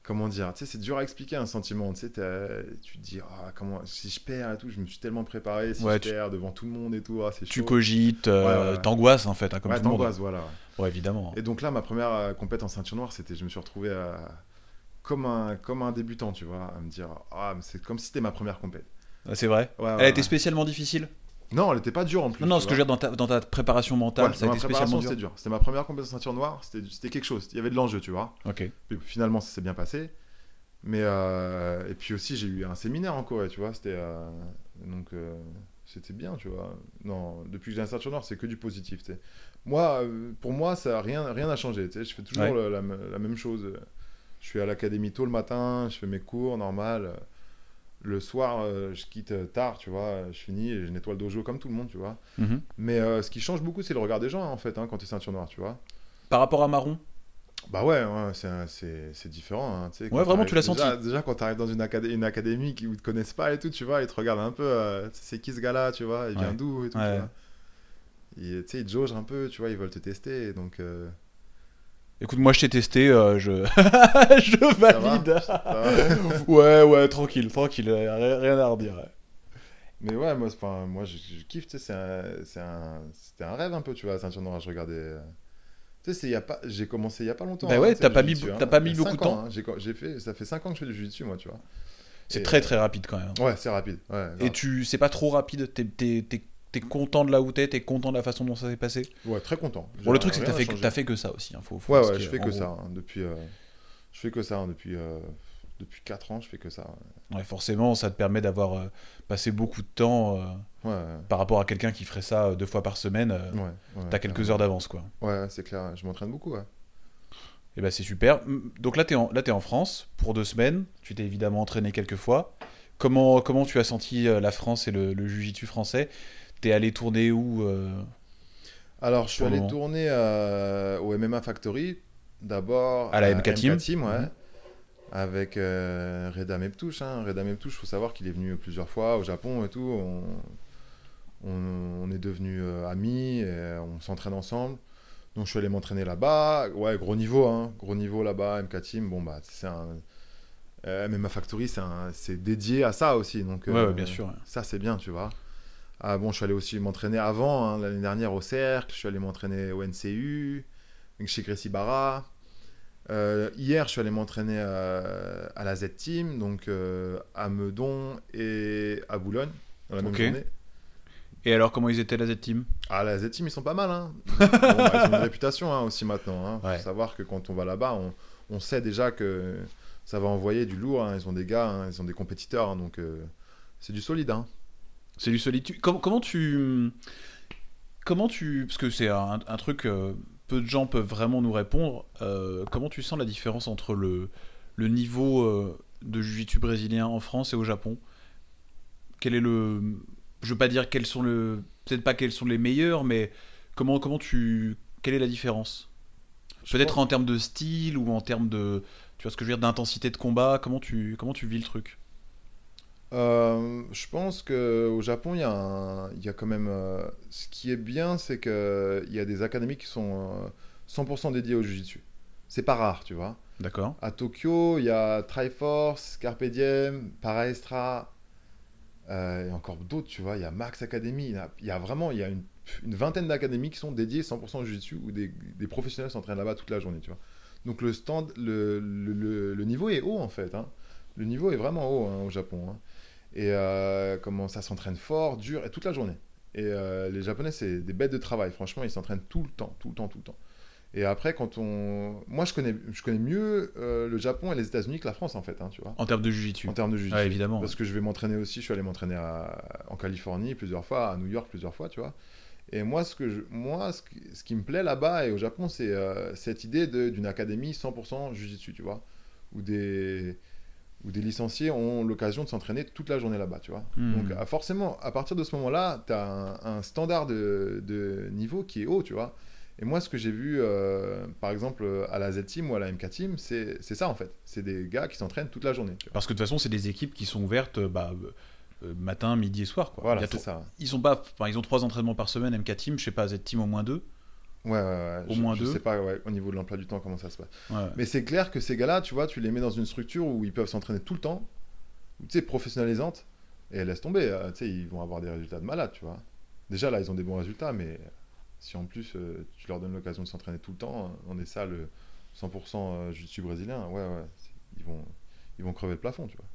S2: Comment dire Tu sais, c'est dur à expliquer un sentiment. Tu sais, t'as- tu te dis, ah, comment, si je perds et tout, je me suis tellement préparé, si
S1: Ouais,
S2: je
S1: tu-
S2: perds devant tout le monde et tout, ah, c'est
S1: Tu
S2: chaud.
S1: cogites, euh,
S2: Ouais, ouais, ouais.
S1: t'angoisses en fait, hein, comme
S2: Ouais,
S1: tout le monde.
S2: t'angoisses, voilà.
S1: Ouais, évidemment.
S2: Et donc là, ma première euh, compète en ceinture noire, c'était, je me suis retrouvé à- Comme un, comme un débutant, tu vois, à me dire, ah, mais c'est comme si c'était ma première compète.
S1: Ah, C'est vrai.
S2: Ouais,
S1: Elle
S2: ouais,
S1: a été
S2: ouais.
S1: spécialement difficile
S2: Non, elle était pas dure en plus.
S1: Non, non,
S2: tu
S1: ce que
S2: vois.
S1: je veux dire dans ta, dans ta préparation mentale,
S2: Ouais,
S1: ça a
S2: ma
S1: été spécialement
S2: préparation,
S1: dur.
S2: c'était dur. C'était ma première compétition ceinture noire, c'était c'était quelque chose. Il y avait de l'enjeu, tu vois.
S1: Ok.
S2: Puis finalement, ça s'est bien passé. Mais euh, et puis aussi, j'ai eu un séminaire en Corée, tu vois. C'était euh, donc euh, c'était bien, tu vois. Non, depuis que j'ai la ceinture noire, c'est que du positif. tu sais. Moi, euh, pour moi, ça a rien rien à changer. Tu sais, je fais toujours
S1: Ouais.
S2: le- la, m- la même chose. Je suis à l'académie tôt le matin, je fais mes cours normal. Le soir, euh, je quitte euh, tard, tu vois. Je finis et je nettoie le dojo comme tout le monde, tu vois.
S1: Mhm.
S2: Mais euh, ce qui change beaucoup, c'est le regard des gens, hein, en fait, hein, quand tu es ceinture noire, tu vois.
S1: Par rapport à Marron,
S2: Bah ouais, ouais, c'est un- c'est c'est différent. hein, tu sais, quand
S1: Ouais, vraiment,
S2: t'arrives-
S1: tu l'as
S2: déjà, Déjà, quand tu arrives dans une, acadé- une académie qui- où ils te connaissent pas et tout, tu vois, ils te regardent un peu. euh, c'est qui ce gars-là, tu vois Il vient
S1: Ouais.
S2: d'où et tout,
S1: Ouais.
S2: tu vois. Ils, tu sais, ils te jaugent un peu, tu vois, ils veulent te tester. et Donc, euh,
S1: [LAUGHS] écoute, moi je t'ai testé, euh, je... [LAUGHS] je
S2: Ça va
S1: valide. [LAUGHS]
S2: ça va.
S1: ouais, ouais, tranquille, tranquille, euh, rien rien à redire. ouais.
S2: Mais ouais, moi, c'est- enfin, moi je, je kiffe, tu sais, c'est un- c'est un- c'était un, rêve un peu, tu vois, la ceinture noire, je regardais. euh, Tu sais, c'est il y a pas- j'ai commencé il y a pas longtemps.
S1: Bah ouais,
S2: tu sais,
S1: t'as
S2: le
S1: pas mis
S2: jiu-jitsu,
S1: be-
S2: hein.
S1: t'as pas
S2: Ça fait
S1: mis beaucoup de
S2: cinq ans,
S1: temps.
S2: hein, j'ai co- j'ai fait, ça fait 5 ans que je fais du jiu-jitsu, moi, tu vois.
S1: C'est
S2: Et,
S1: très très rapide quand même.
S2: Ouais, c'est rapide. Ouais,
S1: Et
S2: grave.
S1: tu, c'est pas trop rapide, t'es, t'es- t'es- t'es content de là où t'es, t'es content de la façon dont ça s'est passé.
S2: Ouais, très content.
S1: Bon, le
S2: J'ai
S1: truc c'est que
S2: rien
S1: t'as fait,
S2: à changer.
S1: t'as fait que ça aussi. hein, faut- faut
S2: Ouais,
S1: dire ce
S2: ouais,
S1: qui
S2: je
S1: est,
S2: fais
S1: en
S2: que
S1: gros.
S2: ça. hein, depuis, euh, je fais que ça hein, depuis, euh, depuis 4 ans, je fais que ça. ouais.
S1: Ouais, forcément, ça te permet d'avoir euh, passé beaucoup de temps euh,
S2: Ouais,
S1: par rapport à quelqu'un qui ferait ça euh, deux fois par semaine. euh,
S2: ouais. ouais, ouais,
S1: t'as quelques
S2: clairement.
S1: heures d'avance quoi.
S2: Ouais, c'est clair, je m'entraîne beaucoup. Ouais.
S1: Et ben c'est super. Mm, Donc là, t'es en, là, t'es en France pour deux semaines. Tu t'es évidemment entraîné quelques fois. Comment, comment tu as senti euh, la France et le, le jujitsu français T'es allé tourner où euh,
S2: Alors, je suis
S1: Pour le
S2: allé
S1: moment.
S2: tourner euh, au MMA Factory, d'abord
S1: À la MK Team.
S2: ouais,
S1: Mhm.
S2: avec euh, Reda Meptouche. Hein. Reda Meptouche, faut savoir qu'il est venu plusieurs fois au Japon et tout. On, on- on est devenus euh, amis, et on s'entraîne ensemble. Donc, je suis allé m'entraîner là-bas. Ouais, gros niveau, hein. gros niveau là-bas, MK Team. Bon, bah, c'est un. euh, MMA Factory, c'est un- c'est dédié à ça aussi. Donc,
S1: Ouais,
S2: euh,
S1: ouais, bien sûr. ouais.
S2: ça, c'est bien, tu vois. Ah bon, je suis allé aussi m'entraîner avant, hein, l'année dernière au Cercle, je suis allé m'entraîner au NCU, chez Gracie Barra. Euh, hier, je suis allé m'entraîner euh, à la Z-Team, donc euh, à Meudon et à Boulogne, dans la même
S1: Ok.
S2: journée.
S1: Et alors, comment ils étaient la Z-Team
S2: Ah, la Z-Team, ils sont pas
S1: [LAUGHS]
S2: mal, hein. Bon, bah, ils ont une réputation hein, aussi maintenant. Hein. Faut
S1: Ouais.
S2: savoir que quand on va là-bas, on, on sait déjà que ça va envoyer du lourd. hein. Ils ont des gars, hein, ils ont des compétiteurs, hein, donc euh, c'est du solide. Hein.
S1: C'est du solitude. Comment, comment tu. Comment tu. Parce que c'est un, un truc. euh, peu de gens peuvent vraiment nous répondre. euh, comment tu sens la différence entre le, le niveau euh, de jiu-jitsu brésilien en France et au Japon Quel est le. Je veux pas dire quels sont le. Peut-être pas quels sont les meilleurs, mais comment, comment tu. Quelle est la différence
S2: Je
S1: Peut-être en termes de style ou en termes de. Tu vois ce que je veux dire D'intensité de combat Comment tu, comment tu vis le truc
S2: Euh, je pense qu'au Japon, il y a, un- il y a quand même. euh, ce qui est bien, c'est qu'il y a des académies qui sont euh, 100% dédiées au Jiu-Jitsu. C'est pas rare, tu vois.
S1: D'accord
S2: À Tokyo, il y a Triforce, Carpe Diem, Paraestra, euh, et encore d'autres, tu vois. Il y a Max Academy. Il y a, il y a vraiment il y a une, une vingtaine d'académies qui sont dédiées 100% au Jiu-Jitsu où des, des professionnels s'entraînent là-bas toute la journée, tu vois. Donc le stand, le, le- le- le niveau est haut en fait. hein. Le niveau est vraiment haut hein, au Japon. hein. Et euh, comment ça s'entraîne fort, dur, et toute la journée. Et euh, les Japonais, c'est des bêtes de travail. Franchement, ils s'entraînent tout le temps, tout le temps, tout le temps. Et après, quand on... Moi, je connais, je connais mieux euh, le Japon et les États-Unis que la France, en fait, hein, tu vois,
S1: En termes de jiu-jitsu
S2: en termes de jiu
S1: Ouais, évidemment.
S2: parce que je vais m'entraîner aussi, je suis allé m'entraîner à- en Californie plusieurs fois, à New York plusieurs fois, tu vois. Et moi, ce, que je- moi, ce, qui- ce qui me plaît là-bas et au Japon, c'est euh, cette idée de- d'une académie 100% Jiu-Jitsu, tu vois, où des, où des licenciés ont l'occasion de s'entraîner toute la journée là-bas, tu vois.
S1: Hmm.
S2: Donc ah, forcément, à partir de ce moment-là, tu as un, un standard de, de niveau qui est haut, tu vois. Et moi, ce que j'ai vu, euh, par exemple, à la Z-Team ou à la MK-Team, c'est c'est ça en fait. C'est des gars qui s'entraînent toute la journée. tu vois.
S1: Parce que de toute façon, c'est des équipes qui sont ouvertes euh, bah, euh, matin, midi et soir. Quoi. Il y
S2: Voilà,
S1: a
S2: c'est
S1: trois-
S2: ça.
S1: Ils, ont pas... enfin, ils ont trois entraînements par semaine, MK Team, je sais pas, Z Team au moins deux.
S2: Ouais, ouais, ouais.
S1: Au
S2: Je-
S1: moins
S2: je
S1: deux.
S2: sais pas ouais, au niveau de l'emploi du temps comment ça se passe.
S1: Ouais.
S2: Mais c'est clair que ces gars-là, tu vois, tu les mets dans une structure où ils peuvent s'entraîner tout le temps, tu sais, professionnalisante, et laisse tomber, euh, tu sais, ils vont avoir des résultats de malade, tu vois. Déjà, là, ils ont des bons résultats, mais si en plus euh, tu leur donnes l'occasion de s'entraîner tout le temps, hein, on est ça le 100% euh, jiu-jitsu brésilien, ouais, ouais, c'est- ils vont, ils vont crever le plafond, tu vois.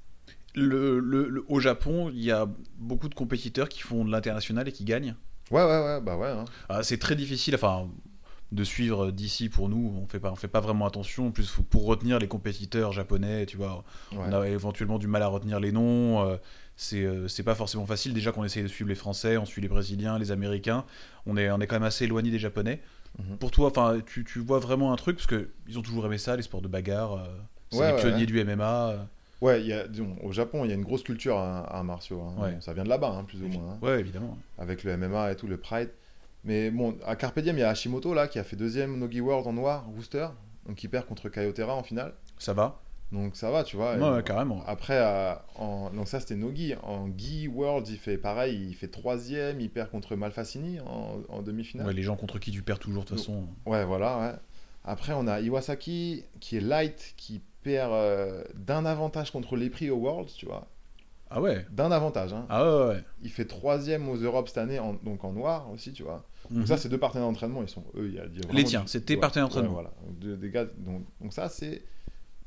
S1: Le, le- le- au Japon, il y a beaucoup de compétiteurs qui font de l'international et qui gagnent.
S2: Ouais, ouais, ouais, bah ouais. hein.
S1: Ah, c'est très difficile, enfin, de suivre d'ici pour nous. On fait pas, on fait pas vraiment attention. En plus, faut- pour retenir les compétiteurs japonais, tu vois,
S2: Ouais.
S1: on a éventuellement du mal à retenir les noms. euh, c'est, euh, c'est pas forcément facile. Déjà qu'on essaye de suivre les Français, on suit les Brésiliens, les Américains. On est, on est quand même assez éloigné des Japonais.
S2: Mhm.
S1: Pour toi, enfin, tu, tu vois vraiment un truc parce que ils ont toujours aimé ça, les sports de bagarre. euh, c'est
S2: Ouais,
S1: les
S2: ouais,
S1: pionniers
S2: ouais.
S1: du MMA. euh.
S2: Ouais, il y a, disons, au Japon, il y a une grosse culture à, à arts martiaux. hein.
S1: Ouais.
S2: Ça vient de là-bas, hein, plus ou moins. hein.
S1: Ouais, évidemment.
S2: avec le MMA et tout, le Pride. Mais bon, à Carpe Diem, il y a Hashimoto là qui a fait deuxième Nogi World en noir, Rooster, donc il perd contre Kayotera en finale.
S1: Ça va.
S2: Donc ça va, tu vois. Et
S1: Ouais,
S2: bon, Ah,
S1: ouais, carrément.
S2: après, à- en- donc ça c'était Nogi. En Gi World, il fait pareil, il fait troisième, il perd contre Malfacini en, en demi-finale.
S1: Ouais, les gens contre qui tu perds toujours de toute
S2: Non.
S1: façon.
S2: Ouais, voilà, ouais. Après, on a Iwasaki qui est light, qui perd euh, d'un avantage contre les prix au World, tu vois.
S1: Ah ouais.
S2: D'un avantage, hein.
S1: Ah ouais, ouais.
S2: Il fait troisième aux Europes cette année, en- donc en noir aussi, tu vois. Donc ça, c'est deux partenaires d'entraînement. Ils sont eux. Il y a, il y a vraiment
S1: Mhm. Les tiens, c'est tes partenaires d'entraînement.
S2: ouais, voilà. Donc, deux- des gars. Donc, donc ça, c'est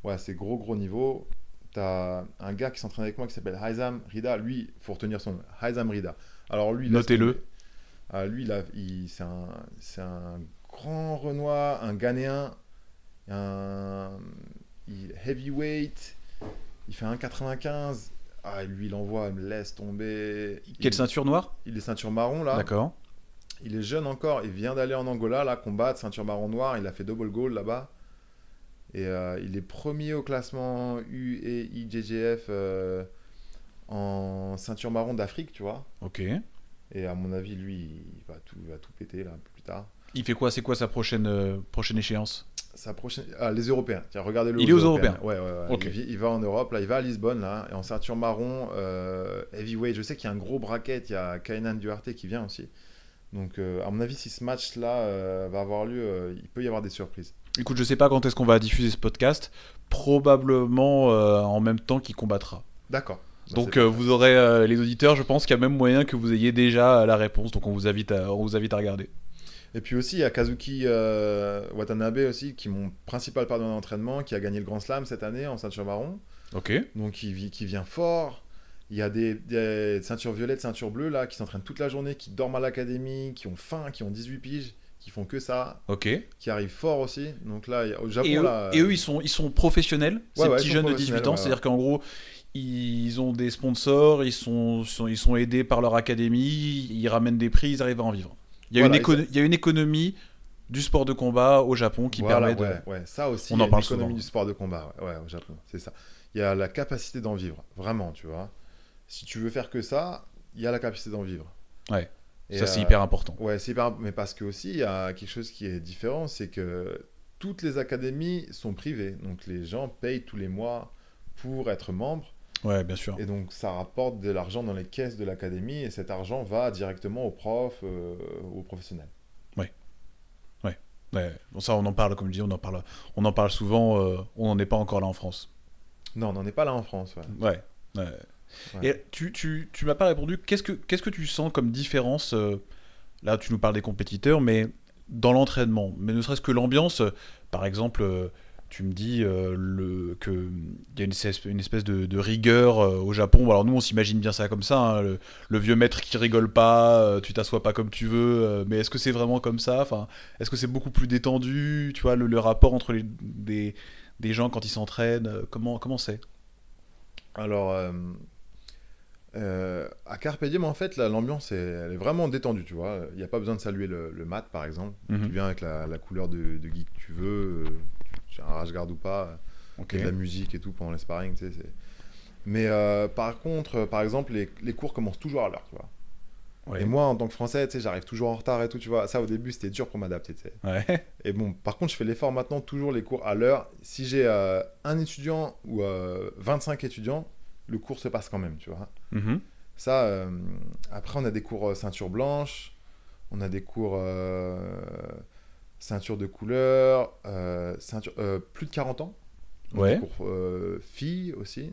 S2: ouais, c'est gros gros niveau. T'as un gars qui s'entraîne avec moi qui s'appelle Haizam Rida. Lui, faut retenir son nom. Haizam Rida. Alors lui, laisse
S1: Notez-le.
S2: tomber. Ah, lui, là, il- c'est un c'est un grand Renoir, un Ghanéen, un il- heavyweight. Il fait 1,95. Ah, lui, il envoie, il me laisse tomber.
S1: Quelle
S2: il,
S1: ceinture noire
S2: il est ceinture marron là.
S1: D'accord.
S2: Il est jeune encore, il vient d'aller en Angola, là, combattre, ceinture marron noire, il a fait double goal là-bas. Et euh, il est premier au classement U E et IJJF euh, en ceinture marron d'Afrique, tu vois.
S1: Ok.
S2: Et à mon avis, lui, il va tout, il va tout péter là, un peu plus tard.
S1: Il fait quoi C'est quoi sa prochaine, euh, prochaine échéance
S2: Sa prochaine... ah, les Européens, tiens, regardez-le.
S1: Il est aux Européens.
S2: Ouais, ouais, ouais.
S1: Ok.
S2: Il, vit- il va en Europe, là, il va à Lisbonne, là, et en ceinture marron, euh, heavyweight. Je sais qu'il y a un gros bracket, il y a Kainan Duarte qui vient aussi. Donc, euh, à mon avis, si ce match-là euh, va avoir lieu, euh, il peut y avoir des surprises.
S1: Écoute, je sais pas quand est-ce qu'on va diffuser ce podcast. Probablement euh, en même temps qu'il combattra.
S2: D'accord. Bah,
S1: Donc
S2: c'est
S1: euh,
S2: parfait.
S1: vous aurez euh, les auditeurs, je pense qu'il y a même moyen que vous ayez déjà euh, la réponse. Donc on vous invite à, on vous invite à regarder.
S2: Et puis aussi, il y a Kazuki euh, Watanabe aussi, qui est mon principal partenaire d'entraînement, qui a gagné le Grand Slam cette année en ceinture marron.
S1: Ok.
S2: Donc il, vit- qui vient fort. Il y a des, des ceintures violettes, ceintures bleues là, qui s'entraînent toute la journée, qui dorment à l'académie, qui ont faim, qui ont 18 piges, qui font que ça,
S1: Ok.
S2: qui arrivent fort aussi. Donc là, il y a- au Japon
S1: Et eux,
S2: là,
S1: et
S2: euh,
S1: eux, ils sont, ils sont professionnels.
S2: Ouais,
S1: ces
S2: ouais,
S1: petits
S2: ils sont
S1: jeunes de 18 ans,
S2: professionnels, ouais,
S1: c'est-à-dire qu'en gros, ils ont des sponsors, ils sont, sont- ils sont aidés par leur académie, ils ramènent des prix, ils arrivent à en vivre. Il y a,
S2: Voilà,
S1: une, éco- il y a une économie du sport de combat au Japon qui
S2: voilà,
S1: permet de.
S2: ouais, ouais, ça aussi,
S1: On
S2: il y a
S1: en parle
S2: une économie
S1: souvent.
S2: du sport de combat ouais, ouais, au Japon, c'est ça. Il y a la capacité d'en vivre, vraiment, tu vois. Si tu veux faire que ça, il y a la capacité d'en vivre.
S1: Ouais.
S2: Et,
S1: ça, c'est
S2: euh,
S1: hyper important.
S2: Ouais, c'est hyper. Mais parce que aussi, il y a quelque chose qui est différent, c'est que toutes les académies sont privées. Donc les gens payent tous les mois pour être membre.
S1: Ouais, bien sûr.
S2: Et donc ça rapporte de l'argent dans les caisses de l'académie. Et cet argent va directement aux profs, euh, aux professionnels.
S1: Ouais. Bon, ça, on en parle, comme je dis, on en parle, on en parle souvent. euh, on n'en est pas encore là en France.
S2: Non, on n'en est pas là en France. ouais.
S1: Ouais. ouais.
S2: Ouais.
S1: Et tu, tu, tu m'as pas répondu. Qu'est-ce que, qu'est-ce que tu sens comme différence euh, Là, tu nous parles des compétiteurs, mais dans l'entraînement, mais ne serait-ce que l'ambiance. euh, Par exemple, euh, tu me dis euh, le, que hum, il y a une espèce, une espèce de, de rigueur euh, au Japon. Alors nous, on s'imagine bien ça comme ça. hein, le, le vieux maître qui rigole pas, euh, tu t'assois pas comme tu veux. euh, mais est-ce que c'est vraiment comme ça Enfin, est-ce que c'est beaucoup plus détendu Tu vois le, le rapport entre les des, des gens quand ils s'entraînent. euh, Comment comment c'est
S2: Alors, euh, euh, à Carpe Diem, en fait, là, l'ambiance est, elle est vraiment détendue, tu vois. Il n'y a pas besoin de saluer le, le mat, par exemple.
S1: Mmh.
S2: Tu viens avec la, la couleur de, de gi que tu veux, euh, tu as un rage-garde ou pas,
S1: Ok.
S2: et de la musique et tout pendant les sparring, tu sais. c'est- Mais euh, par contre, euh, par exemple, les, les cours commencent toujours à l'heure, tu vois.
S1: Ouais.
S2: Et moi, en tant que français, tu sais, j'arrive toujours en retard et tout, tu vois. Ça, au début, c'était dur pour m'adapter, tu sais.
S1: Ouais.
S2: [LAUGHS] Et bon, par contre, je fais l'effort maintenant, toujours les cours à l'heure. Si j'ai euh, un étudiant ou euh, 25 étudiants, le cours se passe quand même, tu vois.
S1: Mhm.
S2: Ça, euh, après, on a des cours euh, ceinture blanche, on a des cours euh, ceinture de couleur, euh, ceinture, euh, plus de 40 ans. On a
S1: Ouais.
S2: Des cours euh, filles aussi.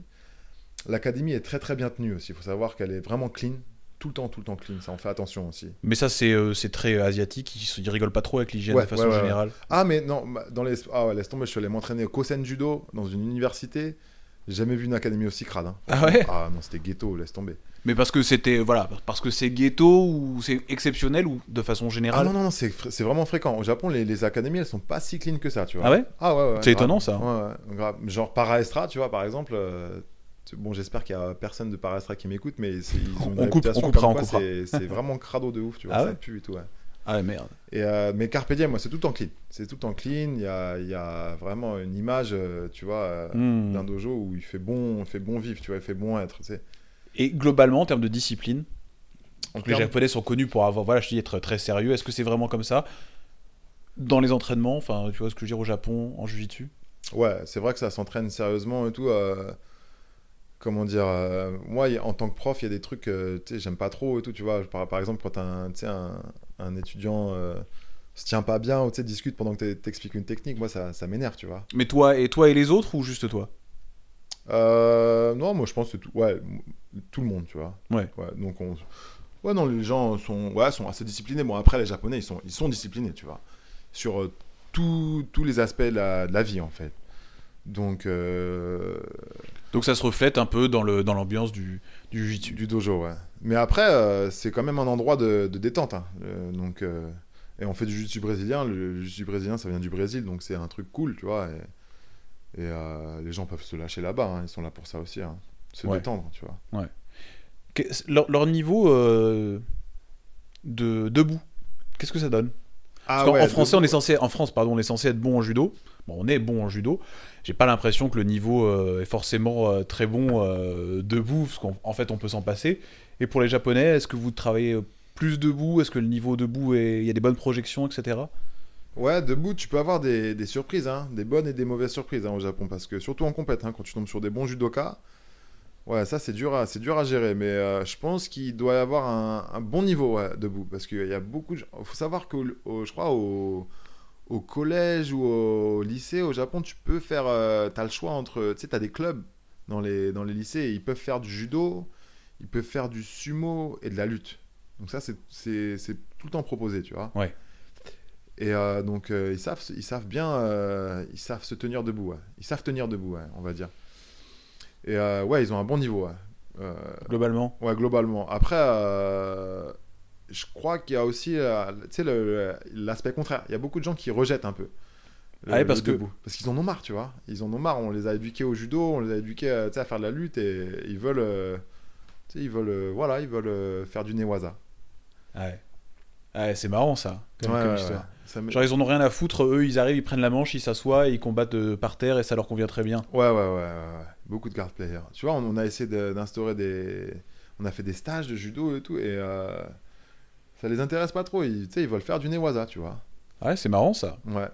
S2: L'académie est très très bien tenue aussi. Il faut savoir qu'elle est vraiment clean. Tout le temps, tout le temps clean. Ça, on fait attention aussi.
S1: Mais ça, c'est euh, c'est très asiatique. Ils, se- ils rigolent pas trop avec l'hygiène
S2: Ouais,
S1: de façon
S2: ouais, ouais,
S1: générale.
S2: Ah, mais non, ma- dans les... ah ouais, laisse tomber, je suis allé m'entraîner au Kosen Judo dans une université. J'ai jamais vu une académie aussi crade. hein.
S1: Ah ouais
S2: Ah non, c'était ghetto, laisse tomber.
S1: Mais parce que c'était voilà, parce que c'est ghetto ou c'est exceptionnel ou de façon
S2: Ah
S1: générale.
S2: non, non, non, c'est fr- c'est vraiment fréquent. Au Japon, les, les académies, elles sont pas si clean que ça, tu vois.
S1: Ah ouais
S2: Ah ouais, ouais.
S1: C'est
S2: grave.
S1: étonnant hein. ça.
S2: Ouais, ouais, grave. Genre Paraestra, tu vois, par exemple. euh, tu- Bon, j'espère qu'il y a personne de Paraestra qui m'écoute, mais c'est- ils ont une
S1: On coupe- on
S2: réputation
S1: coupera,
S2: comme
S1: on
S2: quoi
S1: coupera. [LAUGHS]
S2: C'est c'est vraiment crado de ouf, tu vois.
S1: Ah
S2: ça
S1: ouais
S2: pue et tout, ouais.
S1: Ah ouais, merde.
S2: Et, euh, mais Carpe Diem, moi, c'est tout en clean. C'est tout en clean. Il y a, il y a vraiment une image, euh, tu vois, euh,
S1: Hmm.
S2: d'un dojo où il fait bon, il fait bon vivre, tu vois, il fait bon être. Tu sais.
S1: Et globalement, en termes de discipline,
S2: En
S1: les
S2: termes-
S1: Japonais sont connus pour avoir, voilà, je dis être très sérieux. Est-ce que c'est vraiment comme ça dans les entraînements Enfin, tu vois ce que je veux dire au Japon en jujitsu
S2: Ouais, c'est vrai que ça s'entraîne sérieusement et tout. euh, Comment dire euh, Moi, y- en tant que prof, il y a des trucs, euh, tu sais, j'aime pas trop et tout, tu vois. Par, par exemple, quand un, tu sais, un, un étudiant euh, se tient pas bien ou tu sais, discute pendant que t'es- t'expliques une technique, moi, ça, ça m'énerve, tu vois.
S1: Mais toi et toi et les autres ou juste toi
S2: Euh, non, moi, je pense que tout, ouais, m- tout le monde, tu vois.
S1: Ouais.
S2: donc, on... ouais, non, les gens sont, ouais, sont assez disciplinés. Bon, après, les Japonais, ils sont, ils sont disciplinés, tu vois. Sur euh, tout- tous les aspects de la, de la vie, en fait. Donc, euh,
S1: Donc ça se reflète un peu dans le dans l'ambiance du du jujitsu.
S2: Du dojo, ouais. Mais après, euh, c'est quand même un endroit de, de détente. hein. Euh, donc, euh, et on fait du jiu-jitsu brésilien. Le jiu-jitsu brésilien, ça vient du Brésil, donc c'est un truc cool, tu vois. Et, et, euh, les gens peuvent se lâcher là-bas. hein. Ils sont là pour ça aussi. hein. Se
S1: Ouais.
S2: détendre, tu vois.
S1: Que- Leur, leur niveau euh, de debout, qu'est-ce que ça donne Parce
S2: Ah
S1: qu'en- en français, on est censé, en France, pardon, on est censé être bon en judo. Bon, on est bon en judo. J'ai pas l'impression que le niveau euh, est forcément euh, très bon euh, debout, parce qu'en en fait, on peut s'en passer. Et pour les Japonais, est-ce que vous travaillez euh, plus debout Est-ce que le niveau debout est, il y a des bonnes projections, etc.
S2: Ouais, debout, tu peux avoir des, des surprises, hein, des bonnes et des mauvaises surprises hein, au Japon, parce que surtout en compète, hein, quand tu tombes sur des bons judokas, ouais, ça c'est dur, à- c'est dur à gérer, mais euh, je pense qu'il doit y avoir un, un bon niveau ouais, debout, parce qu'il y a beaucoup de... gens- faut savoir que, je crois, au, au collège ou au lycée au Japon, tu peux faire, euh, t'as le choix entre, tu sais, t'as des clubs dans les, dans les lycées, et ils peuvent faire du judo, ils peuvent faire du sumo et de la lutte. Donc ça, c'est- c'est c'est tout le temps proposé, tu vois. Et euh, donc euh, ils savent, ils savent bien, euh, ils savent se tenir debout. ouais. Ils savent tenir debout, ouais, on va dire. Et euh, ouais, ils ont un bon niveau. Ouais, Euh,
S1: Globalement,
S2: ouais, globalement. Après, euh, je crois qu'il y a aussi, euh, tu sais, le- le- l'aspect contraire. Il y a beaucoup de gens qui rejettent un peu. le-
S1: Ah ouais,
S2: le
S1: parce que-
S2: debout. parce qu'ils en ont marre, tu vois. Ils en ont marre. On les a éduqués au judo, on les a éduqués, euh, tu sais, à faire de la lutte et ils veulent, euh, tu sais, ils veulent, euh, voilà, ils veulent euh, faire du newaza.
S1: ouais. Ouais, c'est marrant ça. comme-
S2: Ouais,
S1: comme
S2: ouais,
S1: histoire.
S2: ouais. Ça me-
S1: Genre, ils en ont rien à foutre. Eux, ils arrivent, ils prennent la manche, ils s'assoient, ils combattent euh, par terre et ça leur convient très bien.
S2: Ouais, ouais, ouais, ouais, ouais. Beaucoup de card players. Tu vois, on, on a essayé de- d'instaurer des. On a fait des stages de judo et tout, et euh, ça les intéresse pas trop. Ils, tu sais, ils veulent faire du newaza, tu vois.
S1: Ouais, c'est marrant ça.
S2: Ouais.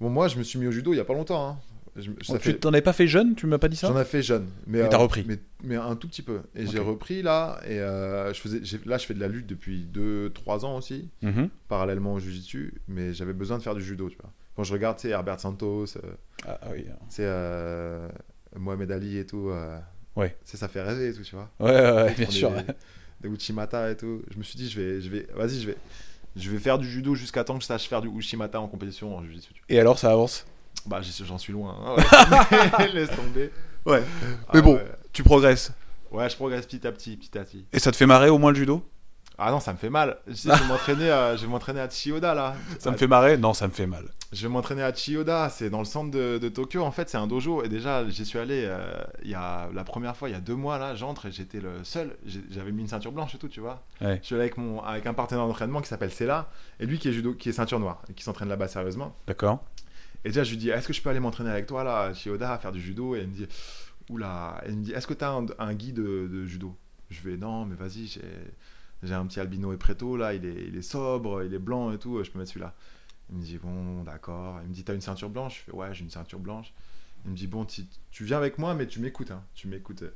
S2: Bon, moi, je me suis mis au judo il y a pas longtemps. hein. Je-
S1: Oh,
S2: ça fait-
S1: Tu t'en avais pas fait jeune Tu m'as pas dit ça
S2: J'en ai fait jeune. Mais euh,
S1: Et t'as repris.
S2: mais, mais un tout petit peu. Et j'ai
S1: Ok.
S2: repris là, et euh, je faisais, j'ai- là, je fais de la lutte depuis 2-3 ans aussi,
S1: Mhm.
S2: parallèlement au jujitsu, mais j'avais besoin de faire du judo, tu vois. Quand je regarde, tu sais, Herbert Santos. euh,
S1: Ah, ah oui.
S2: c'est euh, Mohamed Ali et tout. euh,
S1: Ouais.
S2: c'est- Ça fait rêver et tout, tu vois.
S1: Ouais, ouais, ouais,
S2: Ils
S1: bien
S2: font [LAUGHS]
S1: sûr.
S2: Des, des Uchimata et tout. Je me suis dit, je vais, je vais, vas-y, je vais, je vais faire du judo jusqu'à temps que je sache faire du Uchimata en compétition en jiu-jitsu.
S1: Et alors, ça avance
S2: Bah, j'y suis- j'en suis loin. hein,
S1: [LAUGHS]
S2: ouais. Laisse tomber.
S1: Ouais.
S2: Ah
S1: Mais bon,
S2: Ouais.
S1: tu progresses.
S2: Ouais, je progresse petit à petit, petit à petit.
S1: Et ça te fait marrer au moins le judo
S2: Ah non, ça me fait mal. Je sais, je vais m'entraîner, à- je vais m'entraîner à Chiyoda là.
S1: Ça
S2: Ah,
S1: me fait marrer Non, ça me fait mal.
S2: Je vais m'entraîner à Chiyoda, c'est dans le centre de, de Tokyo. En fait, c'est un dojo. Et déjà, j'y suis allé euh, il y a, la première fois, il y a deux mois, là, j'entre et j'étais le seul. J'ai- J'avais mis une ceinture blanche et tout, tu vois.
S1: Ouais.
S2: Je suis allé avec, mon, avec un partenaire d'entraînement qui s'appelle Sela, et lui qui est, judo, qui est ceinture noire, et qui s'entraîne là-bas sérieusement.
S1: D'accord.
S2: Et déjà, je lui dis, est-ce que je peux aller m'entraîner avec toi, là, à Chiyoda, faire du judo Et elle me dit, oula, elle me dit, est-ce que tu as un, un guide de, de judo Je vais, non, mais vas-y, j'ai- J'ai un petit albino et préto, là, il est, il est sobre, il est blanc et tout, je peux mettre celui-là. Il me dit, bon, d'accord. Il me dit, t'as une ceinture blanche Je fais, ouais, j'ai une ceinture blanche. Il me dit, bon, tu, tu viens avec moi, mais tu m'écoutes, hein, tu m'écoutes. Et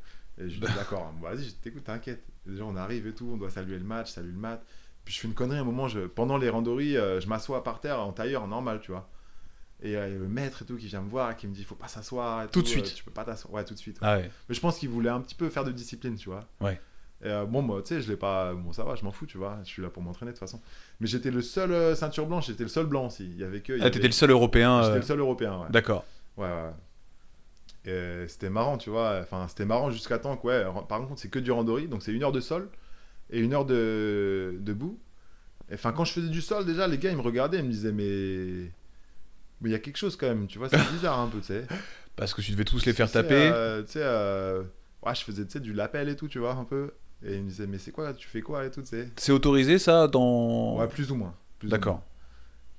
S2: je lui dis, d'accord, hein, bon, vas-y, je t'écoute, t'inquiète. Déjà, on arrive et tout, on doit saluer le match, saluer le match. Puis je fais une connerie, à un moment, je, pendant les randories, euh, je m'assois par terre en tailleur, normal, tu vois. Et euh, le maître et tout qui vient me voir, qui me dit, faut pas s'asseoir. et
S1: Tout de
S2: euh,
S1: suite.
S2: tu peux pas t'asseoir. Ouais, tout de suite. ouais.
S1: Ah ouais.
S2: Mais je pense qu'il voulait un petit peu faire de discipline, tu vois.
S1: Ouais.
S2: Et, euh, bon, moi, tu sais, je l'ai pas. Bon, ça va, je m'en fous, tu vois. Je suis là pour m'entraîner de toute façon. Mais j'étais le seul euh, ceinture blanche, j'étais le seul blanc aussi. Il y avait que. il y
S1: Ah, t'étais
S2: avait-
S1: le seul Européen.
S2: J'étais
S1: euh,
S2: le seul européen, ouais.
S1: D'accord.
S2: Ouais, ouais, ouais. Et C'était marrant, tu vois. Enfin, c'était marrant jusqu'à temps que, ouais, ran- par contre, c'est que du randori, donc c'est une heure de sol et une heure de debout. Et, Enfin, quand je faisais du sol, déjà, les gars, ils me regardaient, ils me disaient, mais. Mais il y a quelque chose quand même, tu
S1: [LAUGHS]
S2: vois, c'est bizarre un peu, tu sais.
S1: Parce que tu devais tous les faire
S2: Tu sais,
S1: taper.
S2: euh, Tu sais, euh, ouais, je faisais tu sais, du lapel et tout, tu vois, un peu. Et ils me disaient, mais c'est quoi, tu fais quoi et tout, tu sais.
S1: C'est autorisé ça dans.
S2: Ouais, plus ou moins. plus ou
S1: D'accord.
S2: moins.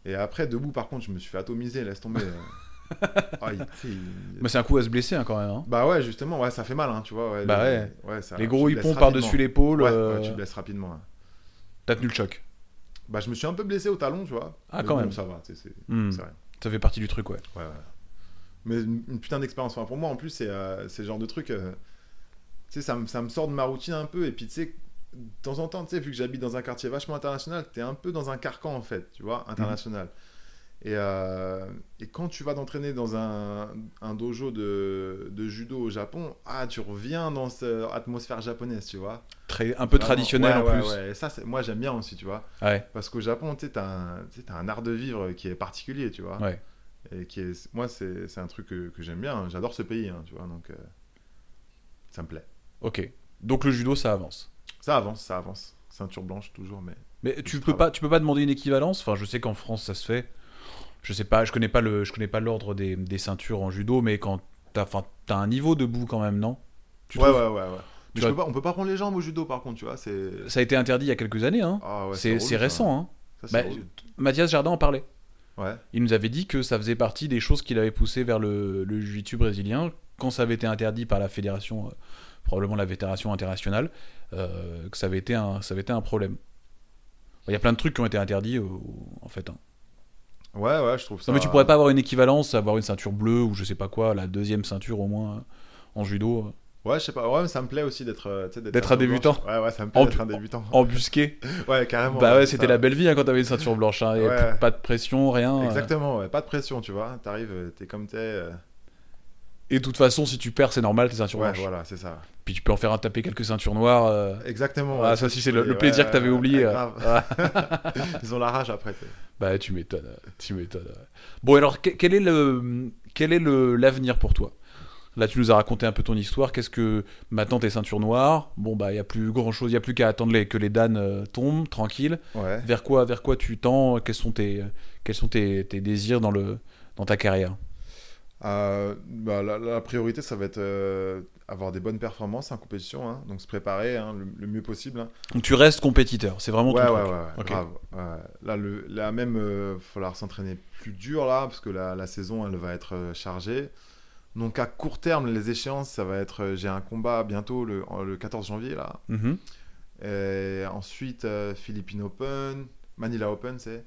S2: Et après, debout, par contre, je me suis fait atomiser, laisse
S1: [LAUGHS]
S2: tomber. euh. Ah, il- tu sais, il-
S1: Mais c'est un coup à se blesser hein, quand même. hein.
S2: Bah ouais, justement, ouais, ça fait mal, hein, tu vois. Ouais,
S1: Bah
S2: le- ouais, ça-
S1: les
S2: Ah, tu
S1: gros
S2: te
S1: hippons
S2: blesses
S1: par-dessus
S2: rapidement.
S1: l'épaule.
S2: Ouais,
S1: euh,
S2: ouais, tu te blesses rapidement. hein.
S1: T'as tenu le choc.
S2: Bah, je me suis un peu blessé au talon, tu vois.
S1: Ah,
S2: Mais
S1: quand
S2: bon,
S1: même.
S2: Ça va, tu sais, c'est
S1: Hmm.
S2: Mm, c'est vrai.
S1: Ça fait partie du truc, ouais.
S2: Ouais, ouais. Mais une, une putain d'expérience. Enfin, pour moi, en plus, c'est euh, c'est le genre de truc. euh, tu sais, ça, me- ça me sort de ma routine un peu. Et puis, tu sais, de temps en temps, tu sais, vu que j'habite dans un quartier vachement international, t'es un peu dans un carcan, en fait, tu
S1: Mhm.
S2: vois, international. Et, euh, et quand tu vas t'entraîner dans un, un dojo de, de judo au Japon, ah, tu reviens dans cette atmosphère japonaise, tu vois.
S1: Très, un peu
S2: Vraiment.
S1: traditionnel
S2: Ouais,
S1: en
S2: ouais,
S1: plus.
S2: ouais. Et ça, c'est- moi, j'aime bien aussi, tu vois.
S1: Ouais.
S2: Parce qu'au Japon, tu sais, t'as un, tu sais, t'as un art de vivre qui est particulier, tu vois.
S1: Ouais.
S2: Et qui est, moi, c'est c'est un truc que, que j'aime bien. hein. J'adore ce pays, hein, tu vois. Donc, euh, ça me plaît.
S1: Ok. Donc le judo, ça avance.
S2: Ça avance, ça avance. Ceinture blanche toujours, mais
S1: Mais tu
S2: Je
S1: peux
S2: travaille.
S1: pas, tu peux pas demander une équivalence. Enfin, je sais qu'en France, ça se fait. Je sais pas, je connais pas le, je connais pas l'ordre des, des ceintures en judo, mais quand t'as, enfin, t'as un niveau debout quand même, non Tu
S2: ouais,
S1: trouves-
S2: ouais, ouais, ouais.
S1: Tu
S2: Mais
S1: vois-
S2: je peux pas, on peut pas prendre les jambes au judo, par contre, tu vois. C'est
S1: Ça a été interdit il y a quelques années, hein.
S2: ah ouais,
S1: c'est,
S2: relou,
S1: c'est
S2: ça.
S1: récent, hein.
S2: Ça,
S1: Bah,
S2: c'est relou.
S1: Mathias Jardin en parlait.
S2: Ouais.
S1: Il nous avait dit que ça faisait partie des choses qu'il avait poussé vers le, le jiu-jitsu brésilien quand ça avait été interdit par la fédération, euh, probablement la fédération internationale, euh, que ça avait été un, ça avait été un problème. Il y a plein de trucs qui ont été interdits euh, en fait. hein.
S2: Ouais, ouais, je trouve ça. euh,
S1: Non mais tu pourrais pas avoir une équivalence, avoir une ceinture bleue ou je sais pas quoi, la deuxième ceinture au moins euh, en judo, euh,
S2: Ouais, je sais pas. Ouais, mais ça me plaît aussi d'être. euh, tu sais,
S1: D'être
S2: ceinture
S1: un débutant.
S2: blanche. Ouais, ouais, ça me plaît
S1: En-
S2: d'être un débutant.
S1: embusqué.
S2: [LAUGHS] Ouais, carrément.
S1: bah ouais,
S2: c'est
S1: c'était
S2: ça.
S1: la belle vie hein, quand t'avais une ceinture blanche, hein, et
S2: Ouais.
S1: p- pas de pression, rien. euh.
S2: Exactement, ouais. Pas de pression, tu vois. T'arrives, euh, t'es comme t'es. euh,
S1: Et de toute façon, si tu perds, c'est normal, tes ceintures
S2: Ouais,
S1: blanches.
S2: voilà, c'est ça.
S1: Puis tu peux en faire un taper quelques ceintures noires. euh,
S2: Exactement.
S1: Ah,
S2: ouais,
S1: ça, si, c'est
S2: tu
S1: le-
S2: peux-
S1: le plaisir que t'avais oublié,
S2: ouais,
S1: euh.
S2: grave. [LAUGHS] Ils ont la rage après. t'sais.
S1: Bah tu m'étonnes, euh, tu m'étonnes. ouais. Bon alors que- quel est le quel est le l'avenir pour toi Là tu nous as raconté un peu ton histoire. Qu'est-ce que maintenant tes ceintures noires Bon bah il y a plus grand chose, il y a plus qu'à attendre les- que les Dan euh, tombent tranquille.
S2: Ouais.
S1: Vers quoi vers quoi tu tends Quels sont tes quels sont tes, tes désirs dans le dans ta carrière
S2: Euh, bah, la, la priorité, ça va être euh, avoir des bonnes performances en compétition, hein. donc se préparer hein, le, le mieux possible. hein.
S1: Donc tu restes compétiteur. C'est vraiment
S2: Ouais, ouais,
S1: ton
S2: ouais,
S1: truc.
S2: ouais,
S1: Ok.
S2: grave. Ouais. Là, le, là même, euh, falloir s'entraîner plus dur là, parce que la, la saison, elle va être euh, chargée. Donc à court terme, les échéances, ça va être, euh, j'ai un combat bientôt le, en- le 14 janvier là.
S1: Mhm.
S2: Et ensuite, euh, Philippine Open, Manila Open, c'est.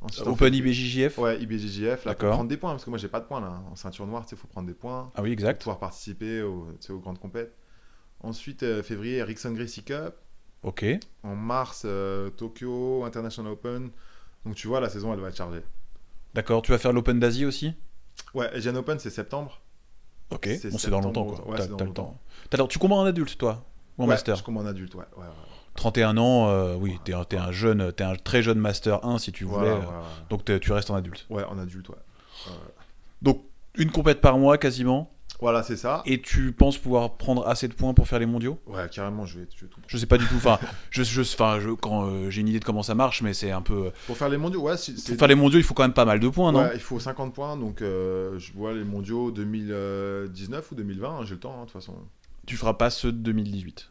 S2: Ensuite, on
S1: Open
S2: fait-
S1: IBJJF.
S2: Ouais, IBJJF, là, pour
S1: D'accord.
S2: prendre des points, parce que moi, j'ai pas de points, là. En ceinture noire, tu sais, faut prendre des points
S1: Ah oui
S2: pour
S1: exact.
S2: pouvoir participer aux, tu sais, aux grandes compètes. Ensuite, euh, février, Ericsson Gracie Cup.
S1: Ok.
S2: En mars, euh, Tokyo International Open. Donc, tu vois, la saison, elle va être chargée.
S1: D'accord. Tu vas faire l'Open d'Asie aussi
S2: Ouais, Asian Open, c'est septembre.
S1: Ok.
S2: C'est
S1: Bon c'est dans longtemps
S2: septembre,
S1: quoi.
S2: ouais,
S1: T'as-
S2: c'est dans
S1: t'as le
S2: longtemps.
S1: temps. T'as- alors, tu combats en adulte toi ou en
S2: ouais,
S1: master
S2: Je commande adulte, ouais. ouais, ouais.
S1: 31 ans, euh, oui, t'es un, t'es un jeune, t'es un très jeune master 1 si tu voulais.
S2: Voilà,
S1: euh,
S2: ouais, ouais.
S1: Donc t'es- tu restes en adulte.
S2: Ouais, en adulte, ouais. Ouais, ouais.
S1: Donc une compète par mois quasiment,
S2: Voilà, c'est ça.
S1: et tu penses pouvoir prendre assez de points pour faire les mondiaux
S2: Ouais, carrément, je vais, je vais tout
S1: Je sais pas du tout.
S2: [LAUGHS]
S1: Enfin, je, je, enfin, je- quand euh, j'ai une idée de comment ça marche, mais c'est un peu.
S2: Pour faire les mondiaux, ouais, si- c'est.
S1: Pour faire les mondiaux, il faut quand même pas mal de points, non
S2: Ouais, il faut 50 points, donc euh, je vois les mondiaux 2019 ou 2020, hein, j'ai le temps, hein, de toute façon.
S1: Tu feras pas ceux de 2018.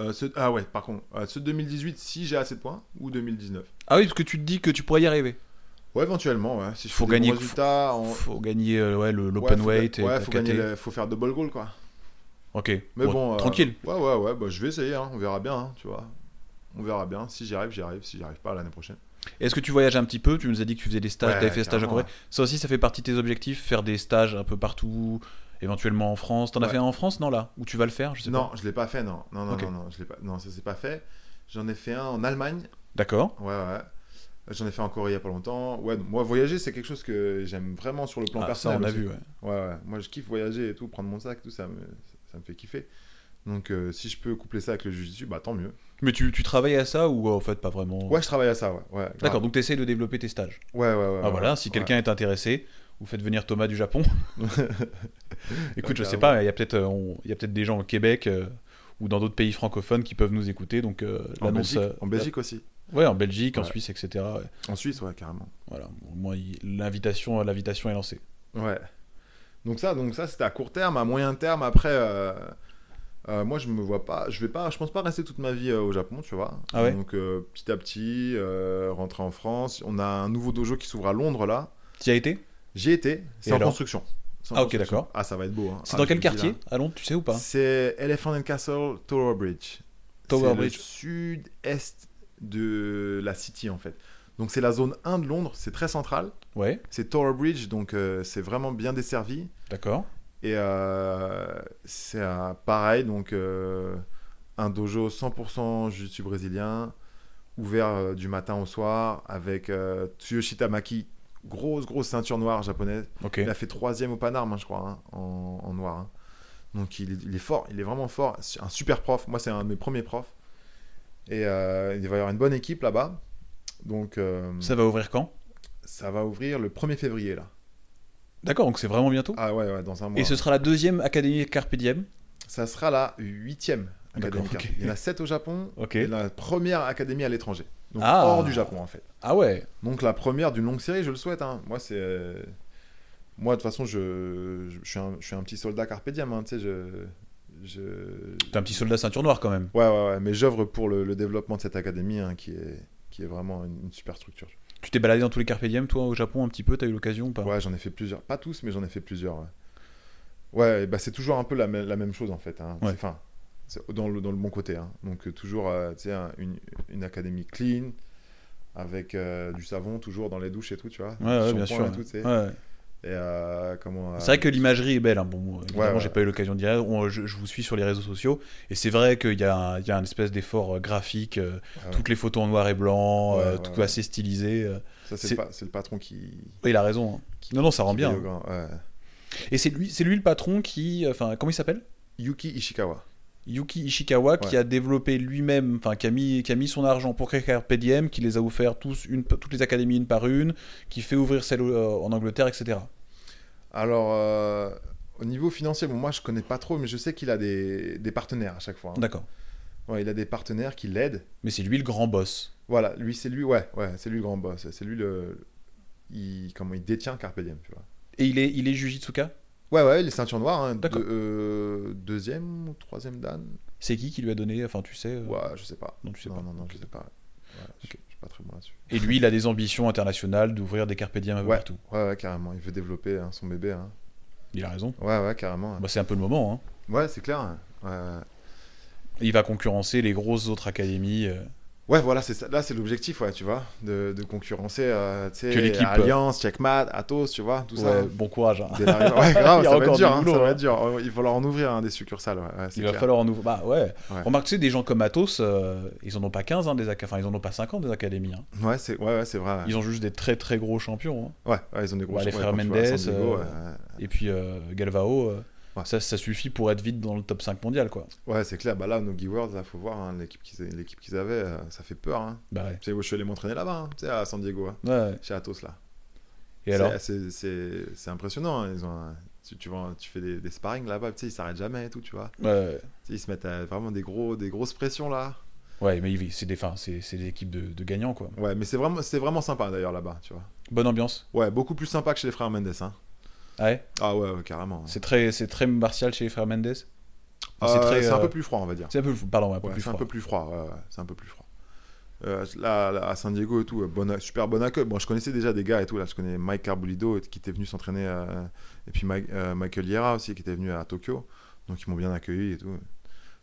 S2: Euh, ce- Ah ouais, par contre, euh, ce 2018, si j'ai assez de points, ou 2019.
S1: Ah oui, parce que tu te dis que tu pourrais y arriver.
S2: Ouais, éventuellement, ouais. Si je
S1: Faut
S2: fais des
S1: gagner-
S2: bons résultats en...
S1: Faut gagner euh, ouais, le-
S2: ouais,
S1: l'open
S2: faut
S1: weight
S2: ga-
S1: et
S2: ouais,
S1: t'as
S2: faut,
S1: qu'à
S2: gagner
S1: t'es-
S2: le- faut faire double goal, quoi.
S1: Ok.
S2: Mais bon, euh,
S1: tranquille.
S2: Ouais, ouais, ouais, bah, je vais essayer, hein, on verra bien, hein, tu vois. On verra bien. Si j'y arrive, j'y arrive. Si j'y arrive pas, l'année prochaine.
S1: Est-ce que tu voyages un petit peu Tu nous as dit que tu faisais des stages,
S2: Ouais,
S1: tu fait stage à
S2: carrément,
S1: Corée. Ça aussi, ça fait partie de tes objectifs, faire des stages un peu partout, éventuellement en France. T'en as
S2: Ouais.
S1: fait un en France, non, là Ou tu vas le faire Je sais
S2: Non,
S1: pas.
S2: je l'ai pas fait, non. Non, non,
S1: Ok.
S2: non, non, je l'ai pas... non, ça c'est pas fait. J'en ai fait un en Allemagne.
S1: D'accord.
S2: Ouais, ouais. J'en ai fait en Corée il y a pas longtemps. Ouais, donc moi, voyager, c'est quelque chose que j'aime vraiment sur le plan
S1: Ah, ça,
S2: personnel.
S1: on a
S2: aussi.
S1: vu. ouais.
S2: Ouais, ouais. Moi, je kiffe voyager et tout, prendre mon sac, tout ça me, ça me fait kiffer. Donc, euh, si je peux coupler ça avec le jujitsu, bah tant mieux.
S1: Mais tu, tu travailles à ça ou euh, en fait pas vraiment
S2: Ouais, je travaille à ça, ouais. ouais
S1: D'accord,
S2: grave.
S1: donc tu essaies de développer tes stages.
S2: Ouais, ouais, ouais.
S1: ah
S2: ouais,
S1: voilà, si
S2: ouais. [LAUGHS]
S1: quelqu'un est intéressé, vous faites venir Thomas du Japon. [LAUGHS] Écoute, je sais
S2: Ah, carrément.
S1: pas, il y a peut-être euh, on- il y a peut-être des gens au Québec euh, ou dans d'autres pays francophones qui peuvent nous écouter. Donc euh,
S2: En
S1: l'annonce.
S2: Belgique,
S1: euh,
S2: en Belgique aussi.
S1: Ouais, en Belgique, en
S2: Ouais.
S1: Suisse, etc. ouais.
S2: En Suisse, ouais, carrément.
S1: Voilà, au moins il- l'invitation l'invitation est lancée.
S2: Ouais. Donc ça, donc ça c'était à court terme, à moyen terme. Après, euh, euh, moi je me vois pas, je vais pas, je pense pas rester toute ma vie euh, au Japon, tu vois.
S1: Ah ouais
S2: Donc euh, petit à petit, euh, rentrer en France. On a un nouveau dojo qui s'ouvre à Londres là.
S1: Tu y as été
S2: J'y étais. C'est
S1: Et
S2: en
S1: alors
S2: construction. C'est en
S1: Ah, ok,
S2: construction.
S1: d'accord.
S2: Ah ça va être beau. hein.
S1: C'est
S2: Ah,
S1: dans
S2: je
S1: quel
S2: vous le dis,
S1: quartier
S2: là.
S1: À Londres, tu sais ou pas
S2: C'est Elephant and Castle Tower Bridge.
S1: Tower
S2: C'est
S1: Bridge.
S2: Le sud-est de la city en fait. Donc c'est la zone 1 de Londres. C'est très central.
S1: Ouais,
S2: C'est Tower Bridge, donc euh, c'est vraiment bien desservi.
S1: d'accord.
S2: Et euh, c'est un- pareil, donc euh, un dojo 100% jiu-jitsu brésilien, ouvert euh, du matin au soir, avec euh, Tsuyoshita Maki, grosse, grosse ceinture noire japonaise.
S1: Ok.
S2: Il a fait troisième au Panarme, hein, je crois, hein, en, en noir. hein. Donc il est, il est fort, il est vraiment fort. C'est Un super prof. Moi, c'est un de mes premiers profs. Et euh, il va y avoir une bonne équipe là-bas. Donc euh,
S1: Ça va ouvrir quand
S2: ça va ouvrir le 1er février là.
S1: D'accord, donc c'est vraiment bientôt.
S2: Ah ouais, ouais, dans un mois.
S1: Et ce sera la deuxième Académie Carpe Diem.
S2: Ça sera la huitième
S1: D'accord,
S2: académie. Card.
S1: ok.
S2: Il y en a sept au Japon
S1: Ok.
S2: et la première académie à l'étranger. Donc
S1: Ah.
S2: hors du Japon en fait.
S1: Ah ouais,
S2: Donc la première d'une longue série, je le souhaite. hein. Moi c'est, euh, moi de toute façon je, je, suis un, je suis un petit soldat carpe diem. hein, tu sais je, je.
S1: t'es un petit soldat ceinture noire quand même.
S2: Ouais ouais ouais. Mais j'œuvre pour le, le développement de cette académie hein, qui est qui est vraiment une, une super structure.
S1: Tu t'es baladé dans tous les Carpe Diem, toi, au Japon, un petit peu, t'as eu l'occasion ou pas
S2: Ouais, j'en ai fait plusieurs. Pas tous, mais j'en ai fait plusieurs. Ouais, Ouais, et bah, c'est toujours un peu la, mê- la même chose en fait. hein.
S1: Ouais.
S2: C'est- Enfin, c'est dans le, dans le bon côté. hein. Donc euh, toujours euh, tu sais, un- une, une académie clean, avec euh, du savon toujours dans les douches et tout, tu vois. Du
S1: ouais, bien
S2: shampoing
S1: sûr.
S2: Et tout, tu sais.
S1: Ouais, ouais.
S2: Et, euh, comment, euh,
S1: C'est vrai que l'imagerie est belle. hein. Bon, moi, évidemment,
S2: ouais.
S1: j'ai pas eu l'occasion d'y aller. On- je, je vous suis sur les réseaux sociaux. Et c'est vrai qu'il y a un, il y a un espèce d'effort euh, graphique. euh,
S2: Ah ouais.
S1: Toutes les photos en noir et blanc,
S2: Ouais,
S1: euh,
S2: ouais,
S1: tout
S2: ouais.
S1: assez stylisé. euh.
S2: ça, c'est
S1: c'est-
S2: le, pa- c'est le patron qui.
S1: Oui, il a raison. hein. Non, non, ça rend
S2: qui
S1: bien.
S2: est au grand- ouais.
S1: Et c'est lui, c'est lui le patron qui. Enfin, comment il s'appelle
S2: Yuki Ishikawa.
S1: Yuki Ishikawa qui
S2: Ouais.
S1: a développé lui-même, enfin qui a mis qui a mis son argent pour créer Carpe Diem, qui les a offert tous une toutes les académies une par une, qui fait ouvrir celle euh, en Angleterre, etc.
S2: Alors, euh, au niveau financier, bon, moi je connais pas trop, mais je sais qu'il a des, des partenaires à chaque fois. hein.
S1: D'accord.
S2: Ouais, il a des partenaires qui l'aident.
S1: Mais c'est lui le grand boss.
S2: Voilà, lui, c'est lui, ouais, ouais, c'est lui le grand boss. C'est lui le. Il, comment il détient Carpe Diem, tu vois.
S1: Et il est il est Jujitsuka.
S2: Ouais, ouais, les ceintures noires, hein,
S1: D'accord.
S2: de- euh, deuxième ou troisième dan
S1: C'est qui qui lui a donné Enfin, tu sais. euh,
S2: Ouais, je sais pas.
S1: Non, tu sais
S2: non,
S1: pas.
S2: non, non,
S1: Ok,
S2: je sais pas. Ouais, je-
S1: Ok.
S2: Je suis pas très bon là-dessus.
S1: Et lui, il a des ambitions internationales d'ouvrir des Carpe Diem un peu
S2: Ouais.
S1: partout.
S2: Ouais, ouais, carrément, il veut développer hein, son bébé. hein.
S1: Il a raison.
S2: Ouais, ouais, carrément. hein.
S1: Bah, c'est un peu le moment. hein.
S2: Ouais, c'est clair. hein. Ouais, ouais.
S1: Et Il va concurrencer les grosses autres académies. euh.
S2: Ouais, voilà, c'est ça. Là, c'est l'objectif, ouais, tu vois, de, de concurrencer, euh, tu
S1: Que
S2: sais,
S1: l'équipe-
S2: Alliance, Checkmat, Atos, tu vois, tout
S1: Ouais,
S2: ça.
S1: bon courage. hein.
S2: Dès l'arrivée- Ouais,
S1: [LAUGHS]
S2: grave,
S1: Il y a
S2: ça va être
S1: encore
S2: dur,
S1: du
S2: hein,
S1: boulot,
S2: ça va
S1: hein.
S2: être dur. Il va leur en ouvrir hein, des succursales. ouais, ouais, c'est
S1: Il va
S2: clair.
S1: falloir un nouveau. Bah ouais.
S2: Ouais.
S1: Remarque, tu sais, des gens comme Athos, euh, ils en ont pas 15, hein, des ac- enfin, ils en ont pas 50 des académies. hein.
S2: Ouais, c'est ouais, ouais, c'est vrai. ouais.
S1: Ils ont juste des très très gros champions. hein.
S2: Ouais, ouais, ils ont des gros
S1: Bah, les
S2: ouais,
S1: frères
S2: quand tu vas à San
S1: Mendes,
S2: Diego,
S1: euh,
S2: ouais, ouais.
S1: Et puis euh, Galvao, euh,
S2: Ouais.
S1: ça, ça suffit pour être vite dans le top 5 mondial, quoi.
S2: Ouais, c'est clair. Bah là, nos Worlds, là, faut voir hein, l'équipe qu'ils l'équipe qu'ils avaient, euh, ça fait peur. Hein.
S1: Bah ouais.
S2: Tu sais, moi, je suis allé m'entraîner là-bas, hein, tu sais, à San Diego, hein,
S1: Ouais, ouais.
S2: chez Atos là.
S1: Et
S2: C'est-
S1: alors
S2: C'est c'est- c'est impressionnant. hein, Ils ont, un- tu, tu, vois, tu fais des, des sparring là-bas, tu sais, ils s'arrêtent jamais et tout, tu vois.
S1: Ouais,
S2: Tu sais, ils se mettent à vraiment des gros, des grosses pressions là.
S1: ouais, mais il- c'est des, enfin, c'est c'est des équipes de, de gagnants, quoi.
S2: Ouais, mais c'est vraiment, c'est vraiment sympa d'ailleurs là-bas, tu vois.
S1: Bonne ambiance.
S2: Ouais, beaucoup plus sympa que chez les frères Mendes. Hein.
S1: Ouais.
S2: Ah ouais, ouais, carrément.
S1: C'est très, c'est très martial chez les frères Mendes.
S2: Euh,
S1: c'est très,
S2: c'est un
S1: euh,
S2: peu plus froid, on va dire.
S1: C'est un peu, pardon, un peu
S2: Ouais,
S1: plus
S2: c'est un
S1: froid.
S2: peu plus froid. ouais, ouais, c'est un peu plus froid. Euh, là, là, à San Diego et tout, euh, bon, a- super bon accueil. Bon, je connaissais déjà des gars et tout. Là, je connais Mike Carbulido et- qui était venu s'entraîner, euh, et puis Mike- euh, Michael Liera aussi qui était venu à Tokyo. Donc ils m'ont bien accueilli et tout.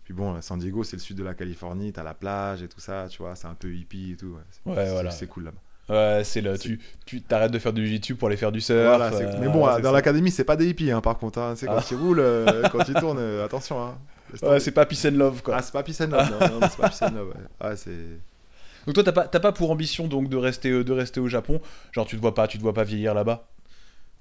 S2: Puis bon, San Diego, c'est le sud de la Californie, t'as la plage et tout ça, tu vois, c'est un peu hippie et tout. ouais. C'est-
S1: Ouais,
S2: c'est-
S1: voilà.
S2: C'est cool là-bas.
S1: Ouais, c'est le. Tu tu- t'arrêtes de faire du jiu-jitsu pour aller faire du surf.
S2: Voilà, c'est-
S1: euh,
S2: mais bon,
S1: voilà, c'est
S2: dans
S1: ça.
S2: l'académie, c'est pas des hippies, hein, par contre. hein. C'est quand
S1: Ah.
S2: ils
S1: [LAUGHS]
S2: roulent, euh, quand ils tournent, euh, attention. Hein. Laisse
S1: Ouais,
S2: tomber.
S1: c'est pas peace and love quoi.
S2: Ah, c'est pas Peace and Love, non, non, non, c'est pas Peace and Love, ouais. Ouais, c'est-
S1: Donc toi, t'as pas, t'as pas pour ambition donc de rester, euh, de rester au Japon. Genre, tu te vois pas, tu te vois pas vieillir là-bas.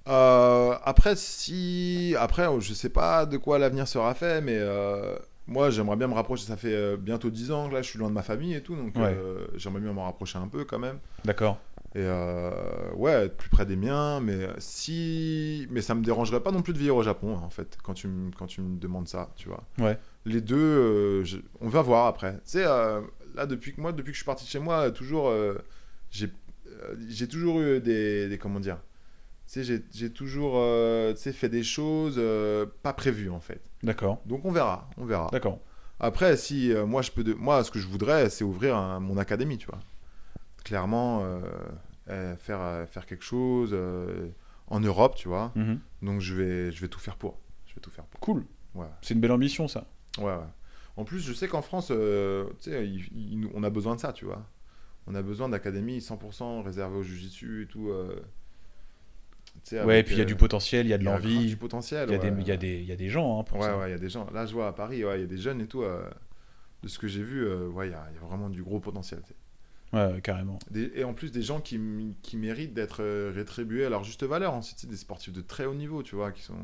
S2: Euh, après, si. Après, oh, je sais pas de quoi l'avenir sera fait, mais euh, moi, j'aimerais bien me rapprocher. Ça fait euh, bientôt 10 ans que là, je suis loin de ma famille et tout, donc
S1: Ouais.
S2: euh, j'aimerais bien m'en rapprocher un peu quand même.
S1: D'accord.
S2: Et euh, ouais, être plus près des miens, mais euh, si. Mais ça me dérangerait pas non plus de vivre au Japon, hein, en fait, quand tu, me- quand tu me demandes ça, tu vois.
S1: Ouais.
S2: Les deux, euh, je- on va voir après. Tu sais, euh, là, depuis que, moi, depuis que je suis parti de chez moi, toujours. euh, j'ai euh, j'ai toujours eu des. des- comment dire Tu sais, j'ai- j'ai toujours euh, tu sais, fait des choses euh, pas prévues, en fait.
S1: D'accord.
S2: Donc on verra, on verra.
S1: D'accord.
S2: Après, si euh, moi je peux, de... moi ce que je voudrais, c'est ouvrir un- mon académie, tu vois. Clairement, euh, euh, faire euh, faire quelque chose euh, en Europe, tu vois.
S1: Mhm.
S2: Donc je vais je vais tout faire pour. Je vais tout faire pour.
S1: Cool.
S2: Ouais.
S1: C'est une belle ambition ça.
S2: Ouais. ouais. En plus, je sais qu'en France, euh, tu sais, il- il nous- on a besoin de ça, tu vois. On a besoin d'académies 100% réservées au jujitsu et tout. euh, tu sais,
S1: ouais, et
S2: avec,
S1: puis il y a
S2: euh,
S1: du potentiel, il y a de
S2: il y a grave
S1: l'envie.
S2: du potentiel.
S1: Il y a des,
S2: ouais.
S1: il y a des, il y a des gens hein, pour
S2: Ouais,
S1: ça.
S2: ouais, il y a des gens. Là, je vois à Paris, ouais, il y a des jeunes et tout. euh, de ce que j'ai vu, euh, ouais, il y, a il y a vraiment du gros potentiel. tu sais.
S1: Ouais, carrément.
S2: Des- et en plus, des gens qui, m- qui méritent d'être euh, rétribués à leur juste valeur. Ensuite, c'est des sportifs de très haut niveau, tu vois, qui sont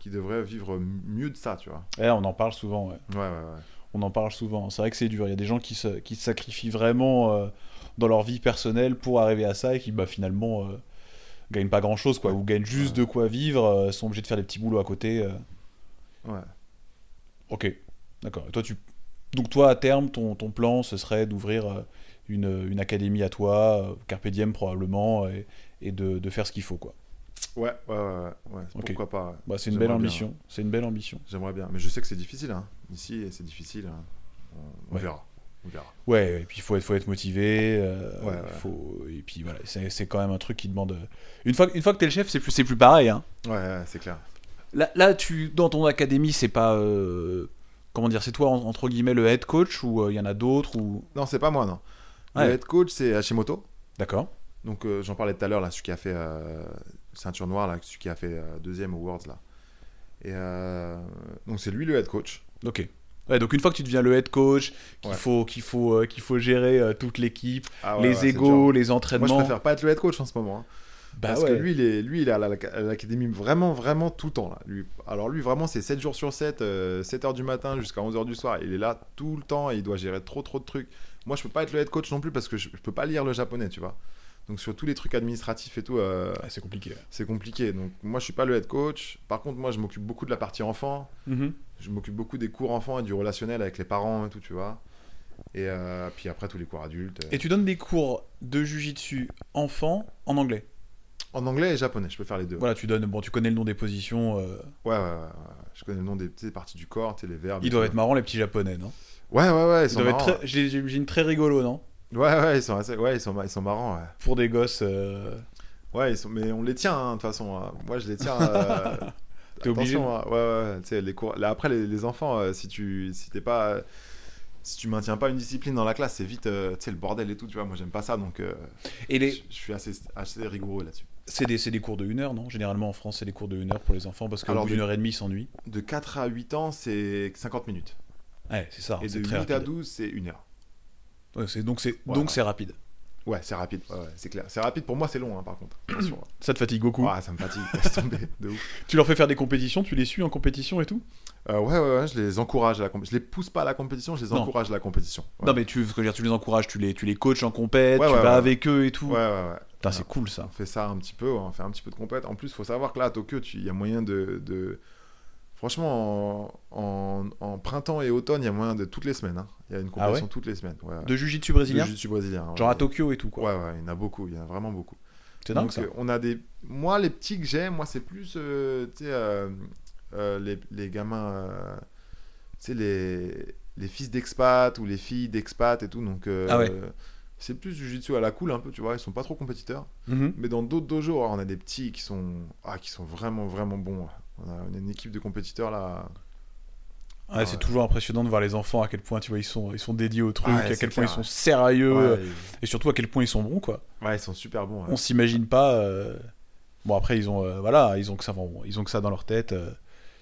S2: qui devraient vivre m- mieux de ça, tu vois.
S1: Ouais, Eh, on en parle souvent. ouais.
S2: Ouais, ouais, ouais.
S1: On en parle souvent. C'est vrai que c'est dur. Il y a des gens qui se, qui se sacrifient vraiment euh, dans leur vie personnelle pour arriver à ça et qui bah, finalement euh, gagnent pas grand chose quoi. Ou gagnent juste de quoi vivre, euh, sont obligés de faire des petits boulots à côté. euh.
S2: Ouais.
S1: Ok, d'accord. Et Toi, tu... Donc toi, à terme, ton, ton plan, ce serait d'ouvrir euh, une, une académie à toi, euh, Carpe Diem probablement, et, et de, de faire ce qu'il faut, quoi.
S2: Ouais, ouais, ouais, ouais, ouais.
S1: Ok.
S2: Pourquoi pas ouais.
S1: Bah, c'est une belle
S2: J'aimerais bien,
S1: ambition. C'est une belle ambition.
S2: J'aimerais bien. Mais je sais que c'est difficile, hein. Ici, c'est difficile. hein. On, on
S1: Ouais.
S2: verra. On verra.
S1: Ouais, et puis il faut, être- faut être motivé. euh,
S2: Ouais, ouais.
S1: il Faut... Et puis voilà, c'est c'est quand même un truc qui demande... euh, Une fois, que- une fois que t'es le chef, c'est plus, c'est plus pareil, hein.
S2: Ouais, ouais, c'est clair.
S1: Là, là, tu, dans ton académie, c'est pas... euh, Comment dire, c'est toi, en- entre guillemets, le head coach, ou euh, il y en a d'autres, ou...
S2: Non, c'est pas moi, non.
S1: Ouais.
S2: Le head coach, c'est Hashimoto.
S1: D'accord.
S2: Donc euh, j'en parlais tout à l'heure là, celui qui a fait euh, ceinture noire là, celui qui a fait euh, deuxième aux Worlds là. Et euh, donc c'est lui le head coach.
S1: Ok. Ouais, donc une fois que tu deviens le head coach, qu'il
S2: Ouais.
S1: faut, qu'il faut, euh, qu'il faut gérer euh, toute l'équipe,
S2: Ah ouais, ouais,
S1: les
S2: c'est
S1: égaux,
S2: dur.
S1: les
S2: Moi
S1: entraînements.
S2: je préfère pas être le head coach en ce moment. hein.
S1: Bah
S2: parce
S1: ouais.
S2: que lui il est lui il est à la- à l'académie vraiment vraiment tout le temps là. Lui, alors lui vraiment c'est 7 jours sur 7, 7h du matin jusqu'à 11h du soir, il est là tout le temps et il doit gérer trop trop de trucs. Moi je peux pas être le head coach non plus parce que je, je peux pas lire le japonais, tu vois. Donc sur tous les trucs administratifs et tout euh,
S1: Ah, c'est compliqué.
S2: c'est compliqué. Donc moi je suis pas le head coach. Par contre moi je m'occupe beaucoup de la partie enfant.
S1: Mhm.
S2: je m'occupe beaucoup des cours enfants et du relationnel avec les parents et tout, tu vois. Et euh, puis après, tous les cours adultes. euh,
S1: Et tu donnes des cours de jujitsu enfant en anglais.
S2: En anglais et japonais, je peux faire les deux. Ouais,
S1: Voilà, tu donnes. Bon, tu connais le nom des positions. euh,
S2: ouais, ouais. ouais, ouais. Je connais le nom des tu sais, parties du corps, tu sais, les verbes.
S1: Ils
S2: et
S1: doivent
S2: tout.
S1: être marrants les petits japonais, non
S2: Ouais, ouais, ouais, Ah, ils
S1: Ils
S2: sont
S1: doivent être
S2: marrants.
S1: très. j'ai- J'imagine très rigolo, non
S2: Ouais, ouais, ils sont, assez- ouais, ils sont, ma- ils sont marrants, ouais.
S1: Pour des gosses. euh,
S2: Ouais, ils sont... mais on les tient, hein, de toute façon. hein. Moi, je les tiens.
S1: [LAUGHS]
S2: euh,
S1: T'es obligé.
S2: attention, hein. Ouais, ouais, ouais, tu sais, les cours. Là, après, les, les enfants, euh, si tu si t'es pas. euh, Si tu maintiens pas une discipline dans la classe, c'est vite, euh, tu sais, le bordel et tout, tu vois. Moi, j'aime pas ça, donc euh,
S1: Et les.
S2: je je suis assez, assez rigoureux là-dessus.
S1: C'est des, c'est des cours de une heure, non Généralement en France, c'est des cours de une heure pour les enfants parce qu'au
S2: Alors,
S1: bout
S2: des-
S1: d'une heure et demie, ils s'ennuient.
S2: De 4 à 8 ans, c'est 50 minutes.
S1: Ouais, c'est ça.
S2: Et de
S1: c'est
S2: 8
S1: très
S2: à
S1: rapide.
S2: 12, c'est une heure.
S1: Ouais, c'est- donc c'est
S2: Ouais.
S1: donc c'est rapide.
S2: Ouais, c'est rapide. Ouais, ouais, c'est clair. C'est rapide. Pour moi, c'est long, hein, par contre. Attention.
S1: Ça te fatigue beaucoup.
S2: Ah, ça me fatigue. [LAUGHS] Laisse tomber. De ouf.
S1: Tu leur fais faire des compétitions, tu les suis en compétition et tout
S2: Euh, ouais, ouais, ouais, je les encourage à la compétition. Je les pousse pas à la compétition, je les
S1: Non.
S2: encourage à la compétitition. Ouais.
S1: Non mais tu, ce que je veux dire, tu les encourages, tu les, tu les coaches en compète,
S2: Ouais,
S1: tu
S2: ouais,
S1: vas
S2: ouais.
S1: avec eux et tout.
S2: Ouais, ouais, ouais.
S1: Putain, c'est cool ça.
S2: On fait ça un petit peu. ouais, On fait un petit peu de compète. En plus, faut savoir que là, à Tokyo, tu- il y a moyen de. de- Franchement, en, en- en printemps et automne, il y a moyen de toutes les semaines. hein. Il y a une compétition toutes les semaines. Ouais, ouais.
S1: Ah De jujitsu brésilien
S2: De jiu-jitsu brésilien. ouais.
S1: Genre à Tokyo et tout quoi.
S2: Ouais, ouais, il y en a beaucoup. Il y en a vraiment beaucoup.
S1: C'est dingue
S2: Donc,
S1: ça.
S2: euh, on a des... Moi, les petits que j'ai, moi, c'est plus euh, tu sais, euh, euh, les, les gamins, euh, tu sais, les, les fils d'expat ou les filles d'expat et tout. Donc, euh,
S1: Ah ouais.
S2: c'est plus du jitsu à la cool un peu, tu vois. Ils sont pas trop compétiteurs.
S1: Mhm.
S2: Mais dans d'autres dojos, alors, on a des petits qui sont, ah, qui sont vraiment, vraiment bons. On a, on a une équipe de compétiteurs là.
S1: Ouais, c'est toujours impressionnant de voir les enfants à quel point tu vois ils sont ils sont dédiés au truc,
S2: Ouais,
S1: à
S2: c'est
S1: quel point
S2: clair,
S1: ils sont sérieux
S2: Ouais,
S1: euh, et surtout à quel point ils sont bons quoi.
S2: ils- ouais, ils sont super bons. hein. ouais.
S1: On s'imagine pas. euh, Bon après ils ont euh, voilà ils ont que ça bon, ils ont que ça dans leur tête. euh,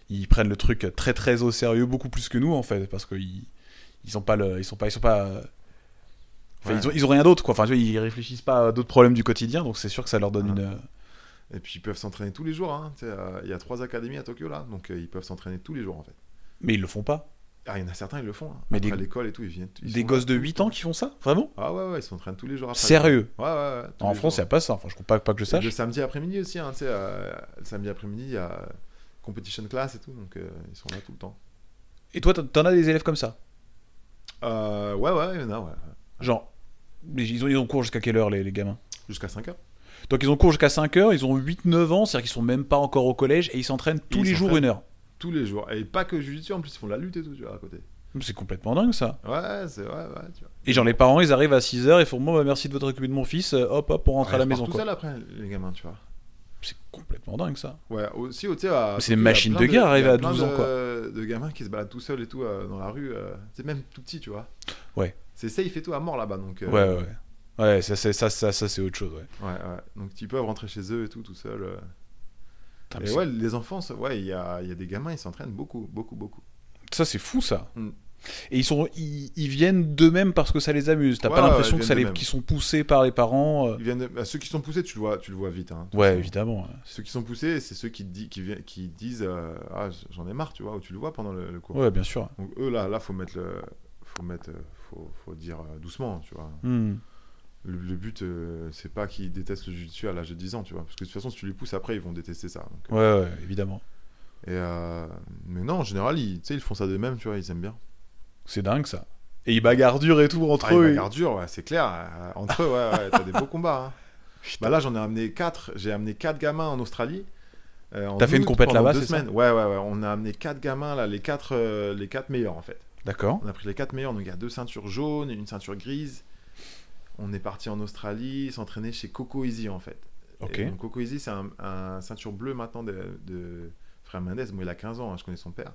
S1: Ils prennent le truc très très au sérieux beaucoup plus que nous en fait parce qu'ils ils ont pas le ils sont pas ils sont pas euh, enfin,
S2: Ouais.
S1: ils, ont, ils ont rien d'autre quoi. Enfin tu vois, ils réfléchissent pas à d'autres problèmes du quotidien donc c'est sûr que ça leur donne
S2: Ouais.
S1: une euh,
S2: Et puis ils peuvent s'entraîner tous les jours. hein. Tu sais, euh, il y a trois académies à Tokyo là, donc euh, ils peuvent s'entraîner tous les jours en fait.
S1: mais ils le font pas.
S2: Ah, il y en a certains, ils le font. hein.
S1: Mais
S2: après
S1: des-
S2: l'école et tout, ils viennent. ils
S1: Des
S2: sont là
S1: gosses de
S2: tout le
S1: 8
S2: temps.
S1: ans qui font ça vraiment
S2: Ah ouais, ouais, ils s'entraînent tous les jours après.
S1: Sérieux
S2: Ouais, ouais, ouais. tous
S1: En
S2: les
S1: France il
S2: jours.
S1: y a pas ça. Enfin je crois pas, pas que je
S2: Et
S1: sache.
S2: Le samedi après-midi aussi, hein, tu sais, euh, le samedi après-midi, il y a euh, competition class et tout, donc euh, ils sont là tout le temps.
S1: Et toi t'en- t'en as des élèves comme ça
S2: Euh, ouais, ouais, il y en a, ouais.
S1: Genre, les- ils ont, ils ont cours jusqu'à quelle heure, les, les gamins
S2: Jusqu'à 5h.
S1: Donc, ils ont cours jusqu'à 5 heures, ils ont 8-9 ans, c'est-à-dire qu'ils sont même pas encore au collège et ils s'entraînent tous
S2: ils
S1: les jours
S2: s'entraînent.
S1: une heure.
S2: Tous les jours. Et pas que jujitsu, en plus, ils font de la lutte et tout, tu vois, à côté.
S1: C'est complètement dingue ça.
S2: Ouais, c'est. Ouais, ouais, tu vois.
S1: Et genre, les parents, ils arrivent à 6 heures et font Bon, bah, merci de votre occuper de mon fils, euh, hop, hop, on rentre à la
S2: Ils
S1: maison.
S2: partent tout
S1: quoi.
S2: seul après, les gamins, tu vois.
S1: C'est complètement dingue ça.
S2: Ouais, aussi, tu sais. à-
S1: C'est une
S2: il y a
S1: machine
S2: plein
S1: de guerre
S2: il y a
S1: arrivée à
S2: plein
S1: 12 ans,
S2: de-
S1: quoi.
S2: De gamins qui se baladent tout seuls et tout euh, dans la rue. c'est même tout petit, tu vois.
S1: Ouais.
S2: C'est safe et tout à mort là-bas, donc. euh,
S1: Ouais, ouais, ouais. Ouais, ça, c'est- ça, ça, ça, c'est autre chose, ouais.
S2: ouais, ouais. Donc, ils peuvent rentrer chez eux et tout, tout seul. euh.
S1: Putain, mais
S2: Et
S1: c'est-
S2: ouais, les enfants, ça- ouais, il y a, il y a des gamins, ils s'entraînent beaucoup, beaucoup, beaucoup.
S1: Ça, c'est fou ça.
S2: Mm.
S1: Et ils, sont, ils, ils viennent d'eux-mêmes parce que ça les amuse. T'as
S2: Ouais,
S1: pas
S2: ouais,
S1: l'impression
S2: ils
S1: que ça
S2: viennent
S1: les-
S2: d'eux-mêmes.
S1: qu'ils sont poussés par les parents. euh.
S2: Ils viennent de- bah, ceux qui sont poussés, tu le vois, tu le vois vite. hein, de toute
S1: Ouais,
S2: façon.
S1: évidemment. ouais.
S2: Ceux qui sont poussés, c'est ceux qui, di- qui, vi- qui disent euh, Ah, j'en ai marre, tu vois, ou tu le vois pendant le, le cours.
S1: Ouais, bien sûr.
S2: Donc, eux, là, là, faut mettre le. Faut, mettre, euh, faut, faut dire euh, doucement, tu vois.
S1: Hmm.
S2: Le, le but, euh, c'est pas qu'ils détestent le jiu-jitsu à l'âge de 10 ans, tu vois. Parce que de toute façon, si tu les pousses après, ils vont détester ça. donc, euh.
S1: Ouais, ouais, évidemment.
S2: Et, euh, mais non, en général, ils, tu sais, ils font ça d'eux-mêmes, tu vois, ils aiment bien.
S1: C'est dingue ça.
S4: Et ils bagarrent dur et tout entre
S2: Ah, ils
S4: eux. et-
S2: bagarrent dur, ouais, c'est clair. euh, Entre eux, ouais, ouais, t'as des beaux
S1: [LAUGHS]
S2: combats. hein. Bah là, j'en ai amené 4. J'ai amené 4 gamins en Australie. euh, en
S1: T'as fait une
S2: août,
S1: compète
S2: pendant
S1: là-bas,
S2: deux
S1: c'est ça
S2: semaines. Ouais, ouais, ouais. On a amené 4 gamins, là, les 4 les quatre meilleurs, en fait.
S1: D'accord.
S2: On a pris les 4 meilleurs. Donc, il y a deux ceintures jaunes et une ceinture grise. On est parti en Australie s'entraîner chez Coco Easy, en fait.
S1: Ok.
S2: Et donc, Coco Easy, c'est un, un ceinture bleue maintenant de, de Frère Mendes. Bon, il a 15 ans, hein, je connais son père.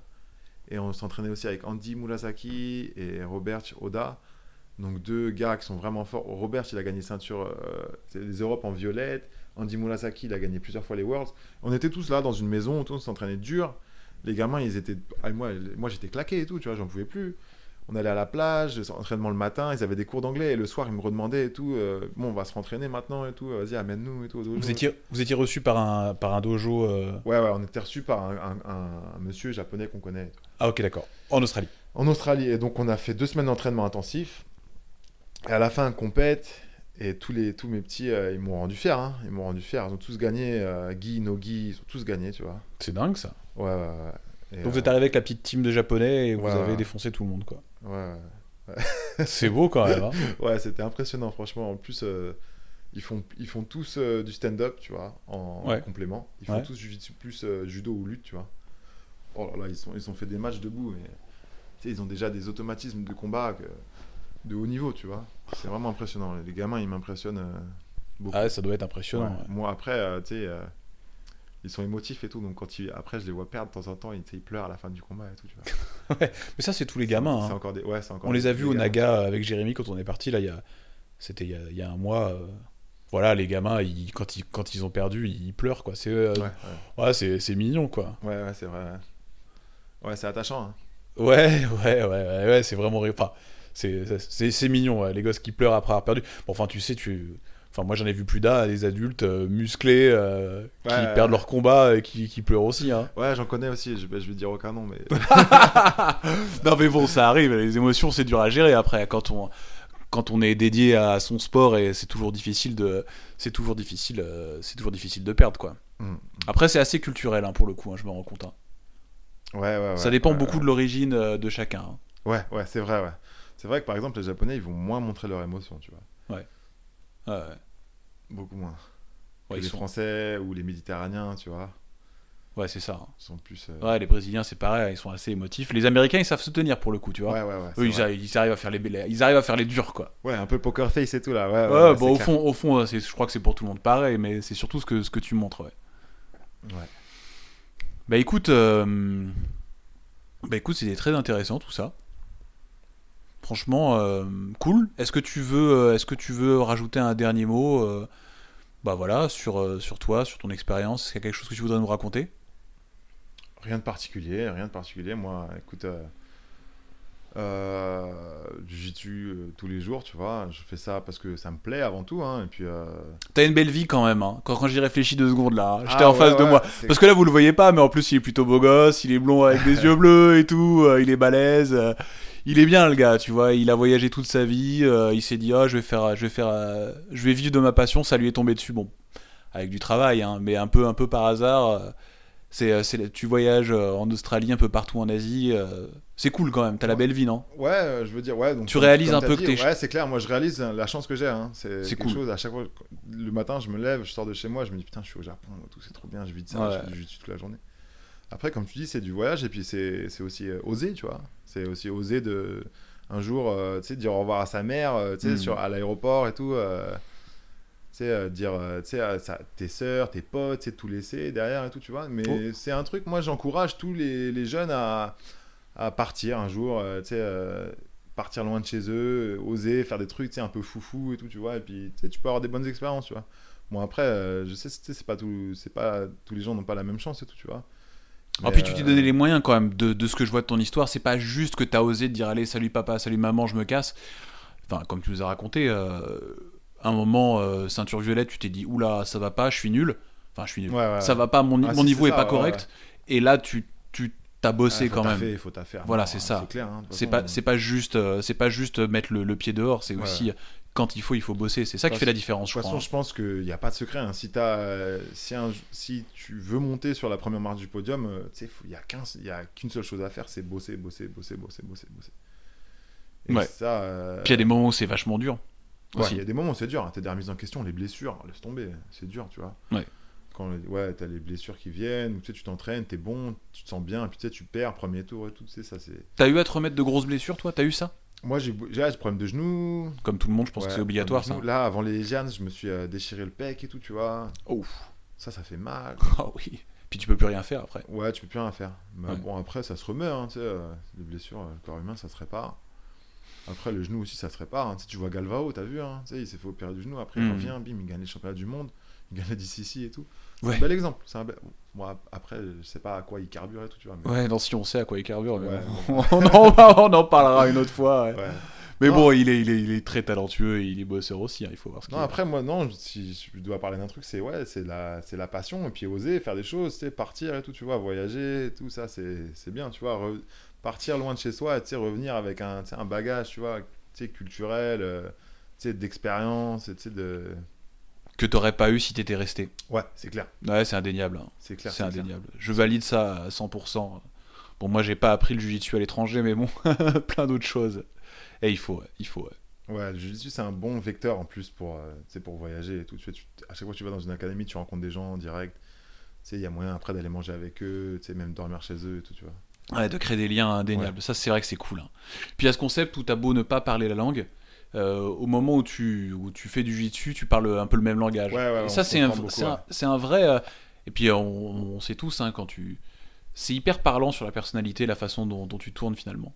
S2: Et on s'entraînait aussi avec Andy Murasaki et Robert Oda. Donc deux gars qui sont vraiment forts. Robert, il a gagné ceinture euh, c'est les Europes en violette. Andy Murasaki, il a gagné plusieurs fois les Worlds. On était tous là dans une maison, on s'entraînait dur. Les gamins, ils étaient. ah, moi, moi j'étais claqué et tout, tu vois, j'en pouvais plus. On allait à la plage, entraînement le matin, ils avaient des cours d'anglais et le soir, ils me redemandaient et tout. euh, bon, on va se rentraîner maintenant et tout, euh, vas-y, amène-nous et tout. au dojo.
S1: Vous étiez, vous étiez reçu par un, par un dojo. euh,
S2: Ouais, ouais, on était reçus par un, un- un- un monsieur japonais qu'on connaît.
S1: Ah, ok, d'accord. En Australie.
S2: En Australie, et donc on a fait deux semaines d'entraînement intensif. Et à la fin, compète. Et tous, les, tous mes petits, euh, ils m'ont rendu fier. hein, Ils m'ont rendu fier. Ils ont tous gagné. euh, Guy, Nogi, ils ont tous gagné, tu vois.
S1: C'est dingue ça.
S2: Ouais, ouais, ouais. Et, euh,
S1: Donc vous êtes arrivé avec la petite team de japonais et vous
S2: Ouais,
S1: avez
S2: ouais.
S1: défoncé tout le monde,
S2: [LAUGHS]
S1: quoi.
S2: euh, ouais, ouais.
S1: C'est beau quand même. hein.
S2: [COUGHS] Ouais, c'était impressionnant, franchement. En plus, euh, ils, font, ils font tous euh, du stand-up, tu vois, en
S1: Ouais.
S2: complément. Ils font
S1: Ouais.
S2: tous jiu-jitsu plus euh, judo ou lutte, tu vois. Oh là là, ils sont, ils ont fait des matchs debout, mais tu sais, ils ont déjà des automatismes de combat que- de haut niveau, tu vois. C'est vraiment impressionnant. Les gamins, ils m'impressionnent euh, beaucoup.
S1: Ah, ouais, ça doit être
S2: Ouais.
S1: impressionnant. ouais.
S2: Moi, après, euh, tu sais, euh, ils sont émotifs et tout, donc quand ils, après, je les vois perdre de temps en temps, ils, tu sais, ils pleurent à la fin du combat et tout, tu vois.
S1: Mais ça, c'est tous les gamins.
S2: C'est
S1: hein.
S2: encore des... ouais, c'est encore
S1: On les a vus au
S2: gamins.
S1: Naga avec Jérémy quand on est parti. Là, il y a... c'était il y a, il y a un mois. euh, Voilà, les gamins, ils- quand, ils, quand ils ont perdu, ils pleurent, quoi. C'est euh,
S2: Ouais, ouais,
S1: ouais, c'est c'est mignon, quoi.
S2: ouais, ouais, c'est vrai. ouais. Ouais, c'est attachant, hein.
S1: Ouais, ouais, ouais, ouais, ouais, c'est vraiment. Enfin, c'est- c'est c'est mignon, ouais, les gosses qui pleurent après avoir perdu. Bon, enfin, tu sais, tu. Enfin, moi, j'en ai vu plus d'un, des adultes euh, musclés euh, qui
S2: Ouais, ouais,
S1: perdent
S2: ouais.
S1: leur combat et qui, qui pleurent aussi. Hein.
S2: Ouais, j'en connais aussi, je, vais- je vais dire
S1: [LAUGHS]
S2: aucun nom, mais.
S1: Non, mais bon, ça arrive, les émotions, c'est dur à gérer après. Quand on, quand on est dédié à son sport, et c'est toujours difficile de. C'est toujours, difficile, euh, c'est toujours difficile de perdre, quoi.
S2: Mm.
S1: Après, c'est assez culturel, hein, pour le coup, hein, je me rends compte. hein.
S2: Ouais, ouais, ouais.
S1: ça dépend
S2: ouais,
S1: beaucoup de l'origine euh, de chacun. hein.
S2: Ouais, ouais, c'est vrai, ouais. C'est vrai que par exemple, les Japonais, ils vont moins montrer leurs émotions, tu vois.
S1: Ouais, ouais.
S2: Beaucoup moins.
S1: Ouais,
S2: Que
S1: ils
S2: les
S1: sont-
S2: Français ou les Méditerranéens, tu vois.
S1: ouais, c'est ça. hein.
S2: Ils sont plus. euh,
S1: Ouais, les Brésiliens, c'est pareil, ils sont assez émotifs. Les Américains, ils savent se tenir pour le coup, tu vois.
S2: Ouais, ouais, ouais. c'est
S1: Eux, ils,
S2: vrai.
S1: a- ils arrivent à faire les, les- ils arrivent à faire les durs, quoi.
S2: Ouais, un peu poker face et tout, là. Ouais,
S1: Ouais,
S2: ouais, ouais,
S1: bon,
S2: c'est
S1: au
S2: clair.
S1: fond, au fond, c'est- je crois que c'est pour tout le monde pareil, mais c'est surtout ce que, ce que tu montres, ouais.
S2: Ouais.
S1: Bah écoute, euh, Bah écoute, c'était très intéressant tout ça. Franchement, euh, cool. Est-ce que tu veux, euh, est-ce que tu veux rajouter un dernier mot, euh, bah voilà, sur, euh, sur toi, sur ton expérience. Est-ce qu'il y a quelque chose que tu voudrais nous raconter
S2: Rien de particulier, rien de particulier. Moi, écoute, euh, euh, j'y tue euh, tous les jours, tu vois. Je fais ça parce que ça me plaît avant tout. hein, et puis, euh,
S1: T'as une belle vie quand même. hein. Quand, quand j'y réfléchis deux secondes là, hein, j'étais
S2: ah,
S1: en
S2: ouais,
S1: face de
S2: ouais,
S1: moi.
S2: c'est-
S1: Parce que là, vous le voyez pas, mais en plus, il est plutôt beau gosse, il est blond avec
S2: [LAUGHS]
S1: des yeux bleus et tout, euh, il est balèze. euh, il est bien, le gars, tu vois. Il a voyagé toute sa vie, euh, il s'est dit, ah, je vais faire, je vais faire, euh, je vais vivre de ma passion, ça lui est tombé dessus. Bon, avec du travail, hein, mais un peu, un peu par hasard. euh, c'est, euh, c'est- tu voyages euh, en Australie, un peu partout en Asie. euh, c'est cool quand même, t'as la
S2: Ouais.
S1: belle vie, non
S2: Ouais, euh, je veux dire, ouais. Donc,
S1: Tu réalises
S2: comme
S1: un
S2: t'as
S1: peu que
S2: dit,
S1: t'es-
S2: Ouais, c'est clair. Moi, je réalise euh, la chance que j'ai. hein. C'est
S1: C'est
S2: quelque
S1: cool.
S2: chose. À chaque fois, le matin, je me lève, je sors de chez moi, je me dis putain, je suis au Japon, et tout, c'est trop bien. Je vis de ça,
S1: Ouais.
S2: je fais du jiu-jitsu toute la journée. Après, comme tu dis, c'est du voyage et puis c'est c'est aussi euh, oser, tu vois. C'est aussi oser de un jour, euh, tu sais, dire au revoir à sa mère, euh, tu sais,
S1: Mm.
S2: sur à l'aéroport et tout. euh, tu sais, euh, dire, euh, tu sais, à sa- tes sœurs, tes potes, tu sais, tout laisser derrière et tout, tu vois. Mais
S1: Oh.
S2: c'est un truc, moi, j'encourage tous les, les jeunes à, à partir un jour, euh, tu sais, euh, partir loin de chez eux, euh, oser faire des trucs, tu sais, un peu foufou et tout, tu vois. Et puis, tu sais, tu peux avoir des bonnes expériences, tu vois. Bon, après, euh, je sais, tu sais, c'est pas tout, c'est pas tous les gens n'ont pas la même chance et tout, tu vois.
S1: En
S2: Mais,
S1: plus, tu t'es
S2: euh,
S1: donné les moyens quand même de, de ce que je vois de ton histoire. C'est pas juste que t'as osé de dire allez, salut papa, salut maman, je me casse. Enfin, comme tu nous as raconté, euh, à un moment, euh, ceinture violette, tu t'es dit oula, ça va pas, je suis nul. Enfin, je suis nul.
S2: Ouais, ouais.
S1: Ça va pas, mon, ni-
S2: Ah,
S1: mon
S2: si,
S1: niveau
S2: c'est
S1: est
S2: ça,
S1: pas
S2: ouais,
S1: correct. Et là, tu tu t'as bossé
S2: Ouais, faut
S1: quand même.
S2: taffer, faut taffer.
S1: Voilà,
S2: Non,
S1: c'est ça.
S2: C'est clair. hein, de toute
S1: C'est
S2: façon,
S1: pas c'est pas juste euh, c'est pas juste mettre le, le pied dehors. C'est
S2: Ouais.
S1: aussi euh, quand il faut, il faut bosser. C'est ça qui
S2: Parce-
S1: fait la différence, je
S2: De toute façon,
S1: crois. hein.
S2: je pense qu'il n'y a pas de secret. hein. Si, t'as, euh, si, un- si tu veux monter sur la première marche du podium, euh, tu sais, faut- il n'y a qu'un- il y a qu'une seule chose à faire, c'est bosser, bosser, bosser, bosser, bosser, bosser. Et
S1: Ouais.
S2: ça, euh,
S1: Puis il y a des moments où c'est vachement dur.
S2: ouais,
S1: aussi.
S2: il y a des moments où c'est dur. Hein. T'as des remises en question, les blessures, laisse tomber, c'est dur, tu vois.
S1: Ouais.
S2: Quand ouais, t'as les blessures qui viennent, ou tu sais, tu t'entraînes, t'es bon, tu te sens bien, et puis tu sais, tu perds, premier tour et tout, tu sais, ça c'est...
S1: T'as eu à te remettre de grosses blessures, toi T'as eu ça
S2: Moi, j'ai j'ai des problèmes de genoux,
S1: Comme tout le monde, je pense
S2: Ouais,
S1: que c'est obligatoire,
S2: comme
S1: ça.
S2: nous, Là, avant les Giants, je me suis euh, déchiré le pec et tout, tu vois.
S1: Ouf.
S2: Ça, ça fait mal.
S1: [LAUGHS] Ah oui. Puis tu peux plus rien faire après.
S2: Ouais, tu peux plus rien faire. Mais
S1: Ouais.
S2: bon, après, ça se remeurt, hein, tu sais. euh, les blessures, euh, le corps humain, ça se répare. Après, le genou aussi, ça se répare. hein. Tu sais, tu vois Galvao, t'as vu, hein, tu sais, il s'est fait opérer du genou. Après, il
S1: Mhm.
S2: revient, bim, il gagne les championnats du monde. Il gagne la DCC et tout. C'est
S1: Ouais.
S2: un bel exemple. C'est un bel- Bon, ap- après, je sais pas à quoi il carbure et tout, tu vois. mais-
S1: Ouais, non, si on sait à quoi il carbure, mais
S2: Ouais,
S1: bon, [LAUGHS] on, en, on en parlera une autre fois. ouais.
S2: Ouais.
S1: Mais
S2: Non.
S1: bon, il est, il, est, il est très talentueux et il est bosseur aussi, hein, il faut voir ce qu'il
S2: Non, après, moi, non, je- si je dois parler d'un truc, c'est ouais, c'est la, c'est la passion, et puis oser faire des choses, tu sais, partir et tout, tu vois, voyager, et tout ça, c'est c'est bien, tu vois, re- partir loin de chez soi, tu sais, revenir avec un, tu sais, un bagage, tu vois, tu sais, culturel, euh, tu sais, d'expérience, et tu sais, de...
S1: Que t'aurais pas eu si t'étais resté.
S2: Ouais, c'est clair,
S1: Ouais, c'est indéniable. hein.
S2: c'est clair.
S1: C'est
S2: clair.
S1: indéniable. Je valide ça à 100%. Bon, moi, j'ai pas appris le jujitsu à l'étranger, mais bon, [LAUGHS] plein d'autres choses. Et il faut, ouais, il faut. ouais.
S2: Ouais, le jiu-jitsu, c'est un bon vecteur en plus pour, euh, tu sais, pour voyager et tout. Tu, sais, tu- à chaque fois que tu vas dans une académie, tu rencontres des gens en direct. Tu sais, il y a moyen après d'aller manger avec eux, tu sais, même dormir chez eux et tout, tu vois.
S1: Ouais, de créer des liens indéniables. Ça, c'est vrai que c'est cool. hein. Puis, à ce concept où t'as beau ne pas parler la langue, euh, au moment où tu, où tu fais du jujitsu, tu parles un peu le même langage.
S2: Ouais, ouais,
S1: Et
S2: on
S1: ça,
S2: se
S1: c'est un,
S2: comprend beaucoup,
S1: c'est un-
S2: ouais.
S1: c'est un vrai. euh, et puis, euh, on, on sait tous, hein, quand tu. C'est hyper parlant sur la personnalité, la façon dont, dont tu tournes finalement.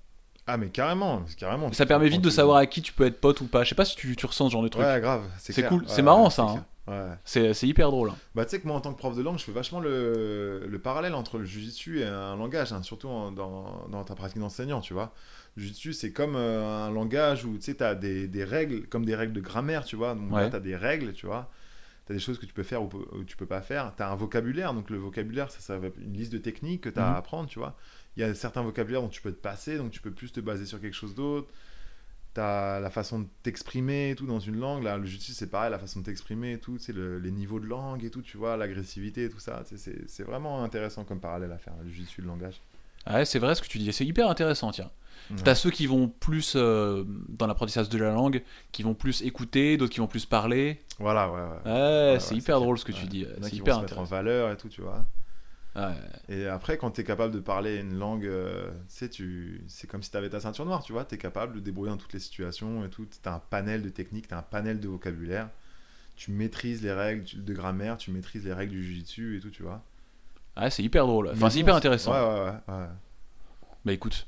S2: Ah, mais carrément, carrément.
S1: Et ça
S2: tu-
S1: permet
S2: quand
S1: vite de
S2: tu-
S1: savoir à qui tu peux être pote ou pas. Je sais pas si tu, tu ressens ce genre de truc.
S2: Ouais, grave.
S1: C'est
S2: clair.
S1: cool,
S2: Ouais,
S1: c'est marrant,
S2: ouais,
S1: ça, hein.
S2: c'est clair. Ouais.
S1: C'est c'est hyper drôle. hein.
S2: Bah, tu sais que moi, en tant que prof de langue, je fais vachement le, le parallèle entre le jujitsu et un langage, hein, surtout en- dans, dans ta pratique d'enseignant, tu vois. Le jujitsu, c'est comme euh, un langage où tu sais, tu as des, des règles, comme des règles de grammaire, tu vois. Donc
S1: Ouais.
S2: là, tu as des règles, tu vois. Tu as des choses que tu peux faire ou, pe- ou tu peux pas faire. Tu as un vocabulaire, donc le vocabulaire, ça, ça va être une liste de techniques que tu as
S1: Mhm.
S2: à apprendre, tu vois. Il y a certains vocabulaires dont tu peux te passer, donc tu peux plus te baser sur quelque chose d'autre. T'as la façon de t'exprimer et tout dans une langue. Là, le jiu c'est pareil, la façon de t'exprimer et tout. C'est le, les niveaux de langue et tout, tu vois, l'agressivité et tout ça. tu sais, C'est c'est vraiment intéressant comme parallèle à faire, le jiu-jitsu, le langage.
S1: Ah Ouais, c'est vrai ce que tu dis. C'est hyper intéressant, tiens.
S2: Ouais.
S1: T'as ceux qui vont plus euh, dans l'apprentissage de la langue, qui vont plus écouter, d'autres qui vont plus parler.
S2: Voilà, ouais, ouais.
S1: Ouais,
S2: ouais,
S1: c'est
S2: c'est
S1: hyper
S2: clair.
S1: drôle ce que tu
S2: Ouais.
S1: dis.
S2: Il y en a
S1: C'est
S2: qui vont
S1: hyper
S2: se mettre en
S1: intéressant.
S2: valeur et tout, tu vois.
S1: Ouais.
S2: Et après, quand t'es capable de parler une langue, euh, tu sais, tu... c'est comme si t'avais ta ceinture noire, tu vois. T'es capable de débrouiller dans toutes les situations et tout. T'as un panel de techniques, t'as un panel de vocabulaire. Tu maîtrises les règles tu- de grammaire, tu maîtrises les règles du jiu-jitsu et tout, tu vois.
S1: Ouais, Ah, c'est hyper drôle. Enfin,
S2: Mais
S1: c'est
S2: bon,
S1: hyper intéressant.
S2: Ouais, ouais, ouais. ouais.
S1: Bah écoute.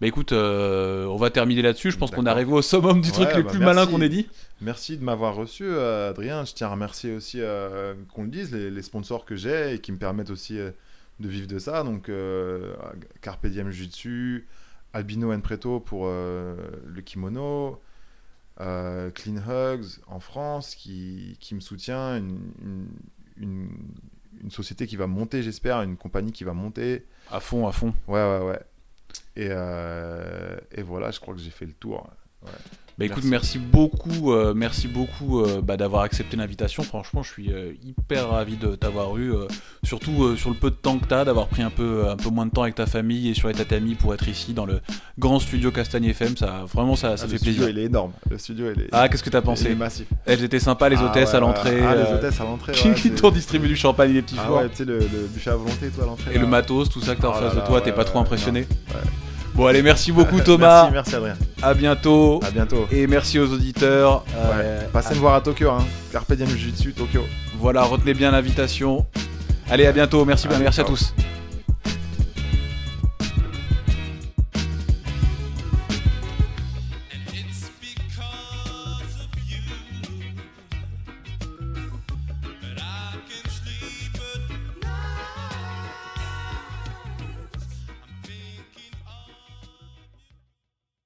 S1: Bah écoute, euh, on va terminer là-dessus. Je pense qu'on est
S2: D'accord.
S1: arrivé au summum du
S2: Ouais,
S1: truc le
S2: bah
S1: plus malin
S2: merci.
S1: qu'on ait dit.
S2: Merci de m'avoir reçu, euh, Adrien. Je tiens à remercier aussi, euh, qu'on le dise, les, les sponsors que j'ai et qui me permettent aussi euh, de vivre de ça. Donc, euh, Carpe Diem Jutsu, Albino and Preto pour euh, le kimono, euh, Clean Hugs en France qui, qui me soutient, une, une- une- une société qui va monter, j'espère, une compagnie qui va monter.
S1: À fond, à fond.
S2: Ouais, ouais, ouais. Et, euh, et voilà, je crois que j'ai fait le tour.
S1: Bah écoute, merci, beaucoup, euh, merci beaucoup euh, bah, d'avoir accepté l'invitation. Franchement, je suis euh, hyper ravi de t'avoir eu, euh, surtout euh, sur le peu de temps que t'as, d'avoir pris un peu, euh, un peu moins de temps avec ta famille et sur les tatamis pour être ici dans le grand studio Castagne FM. Ça, vraiment, ça, ça
S2: Ah,
S1: fait
S2: le studio,
S1: plaisir.
S2: il est énorme. Le studio, il est,
S1: Ah, qu'est-ce que t'as
S2: il est
S1: pensé
S2: massif.
S1: Elles étaient sympas, les
S2: Ah,
S1: hôtesses
S2: ouais,
S1: à
S2: ouais.
S1: l'entrée.
S2: Ah, les
S1: euh, [LAUGHS]
S2: hôtesses à l'entrée.
S1: qui
S2: ouais,
S1: qui
S2: c'est-
S1: t'ont distribué du champagne et des petits
S2: Ah
S1: fours.
S2: ouais, tu sais, le, le buffet à volonté, toi, à l'entrée.
S1: Et le
S2: là.
S1: matos, tout ça que t'as en
S2: Oh
S1: face
S2: là
S1: de
S2: là,
S1: toi, t'es
S2: ouais,
S1: pas trop
S2: ouais,
S1: impressionné Bon, allez, merci beaucoup Thomas.
S2: Merci, merci, Adrien.
S1: À bientôt.
S2: À bientôt.
S1: Et merci aux auditeurs. Euh,
S2: Passez me voir à Tokyo, hein. Carpe Diem Jiu-Jitsu, Tokyo.
S1: Voilà, retenez bien l'invitation. Allez, à bientôt. Merci, bien,
S2: Allez,
S1: merci à
S2: ciao.
S1: tous.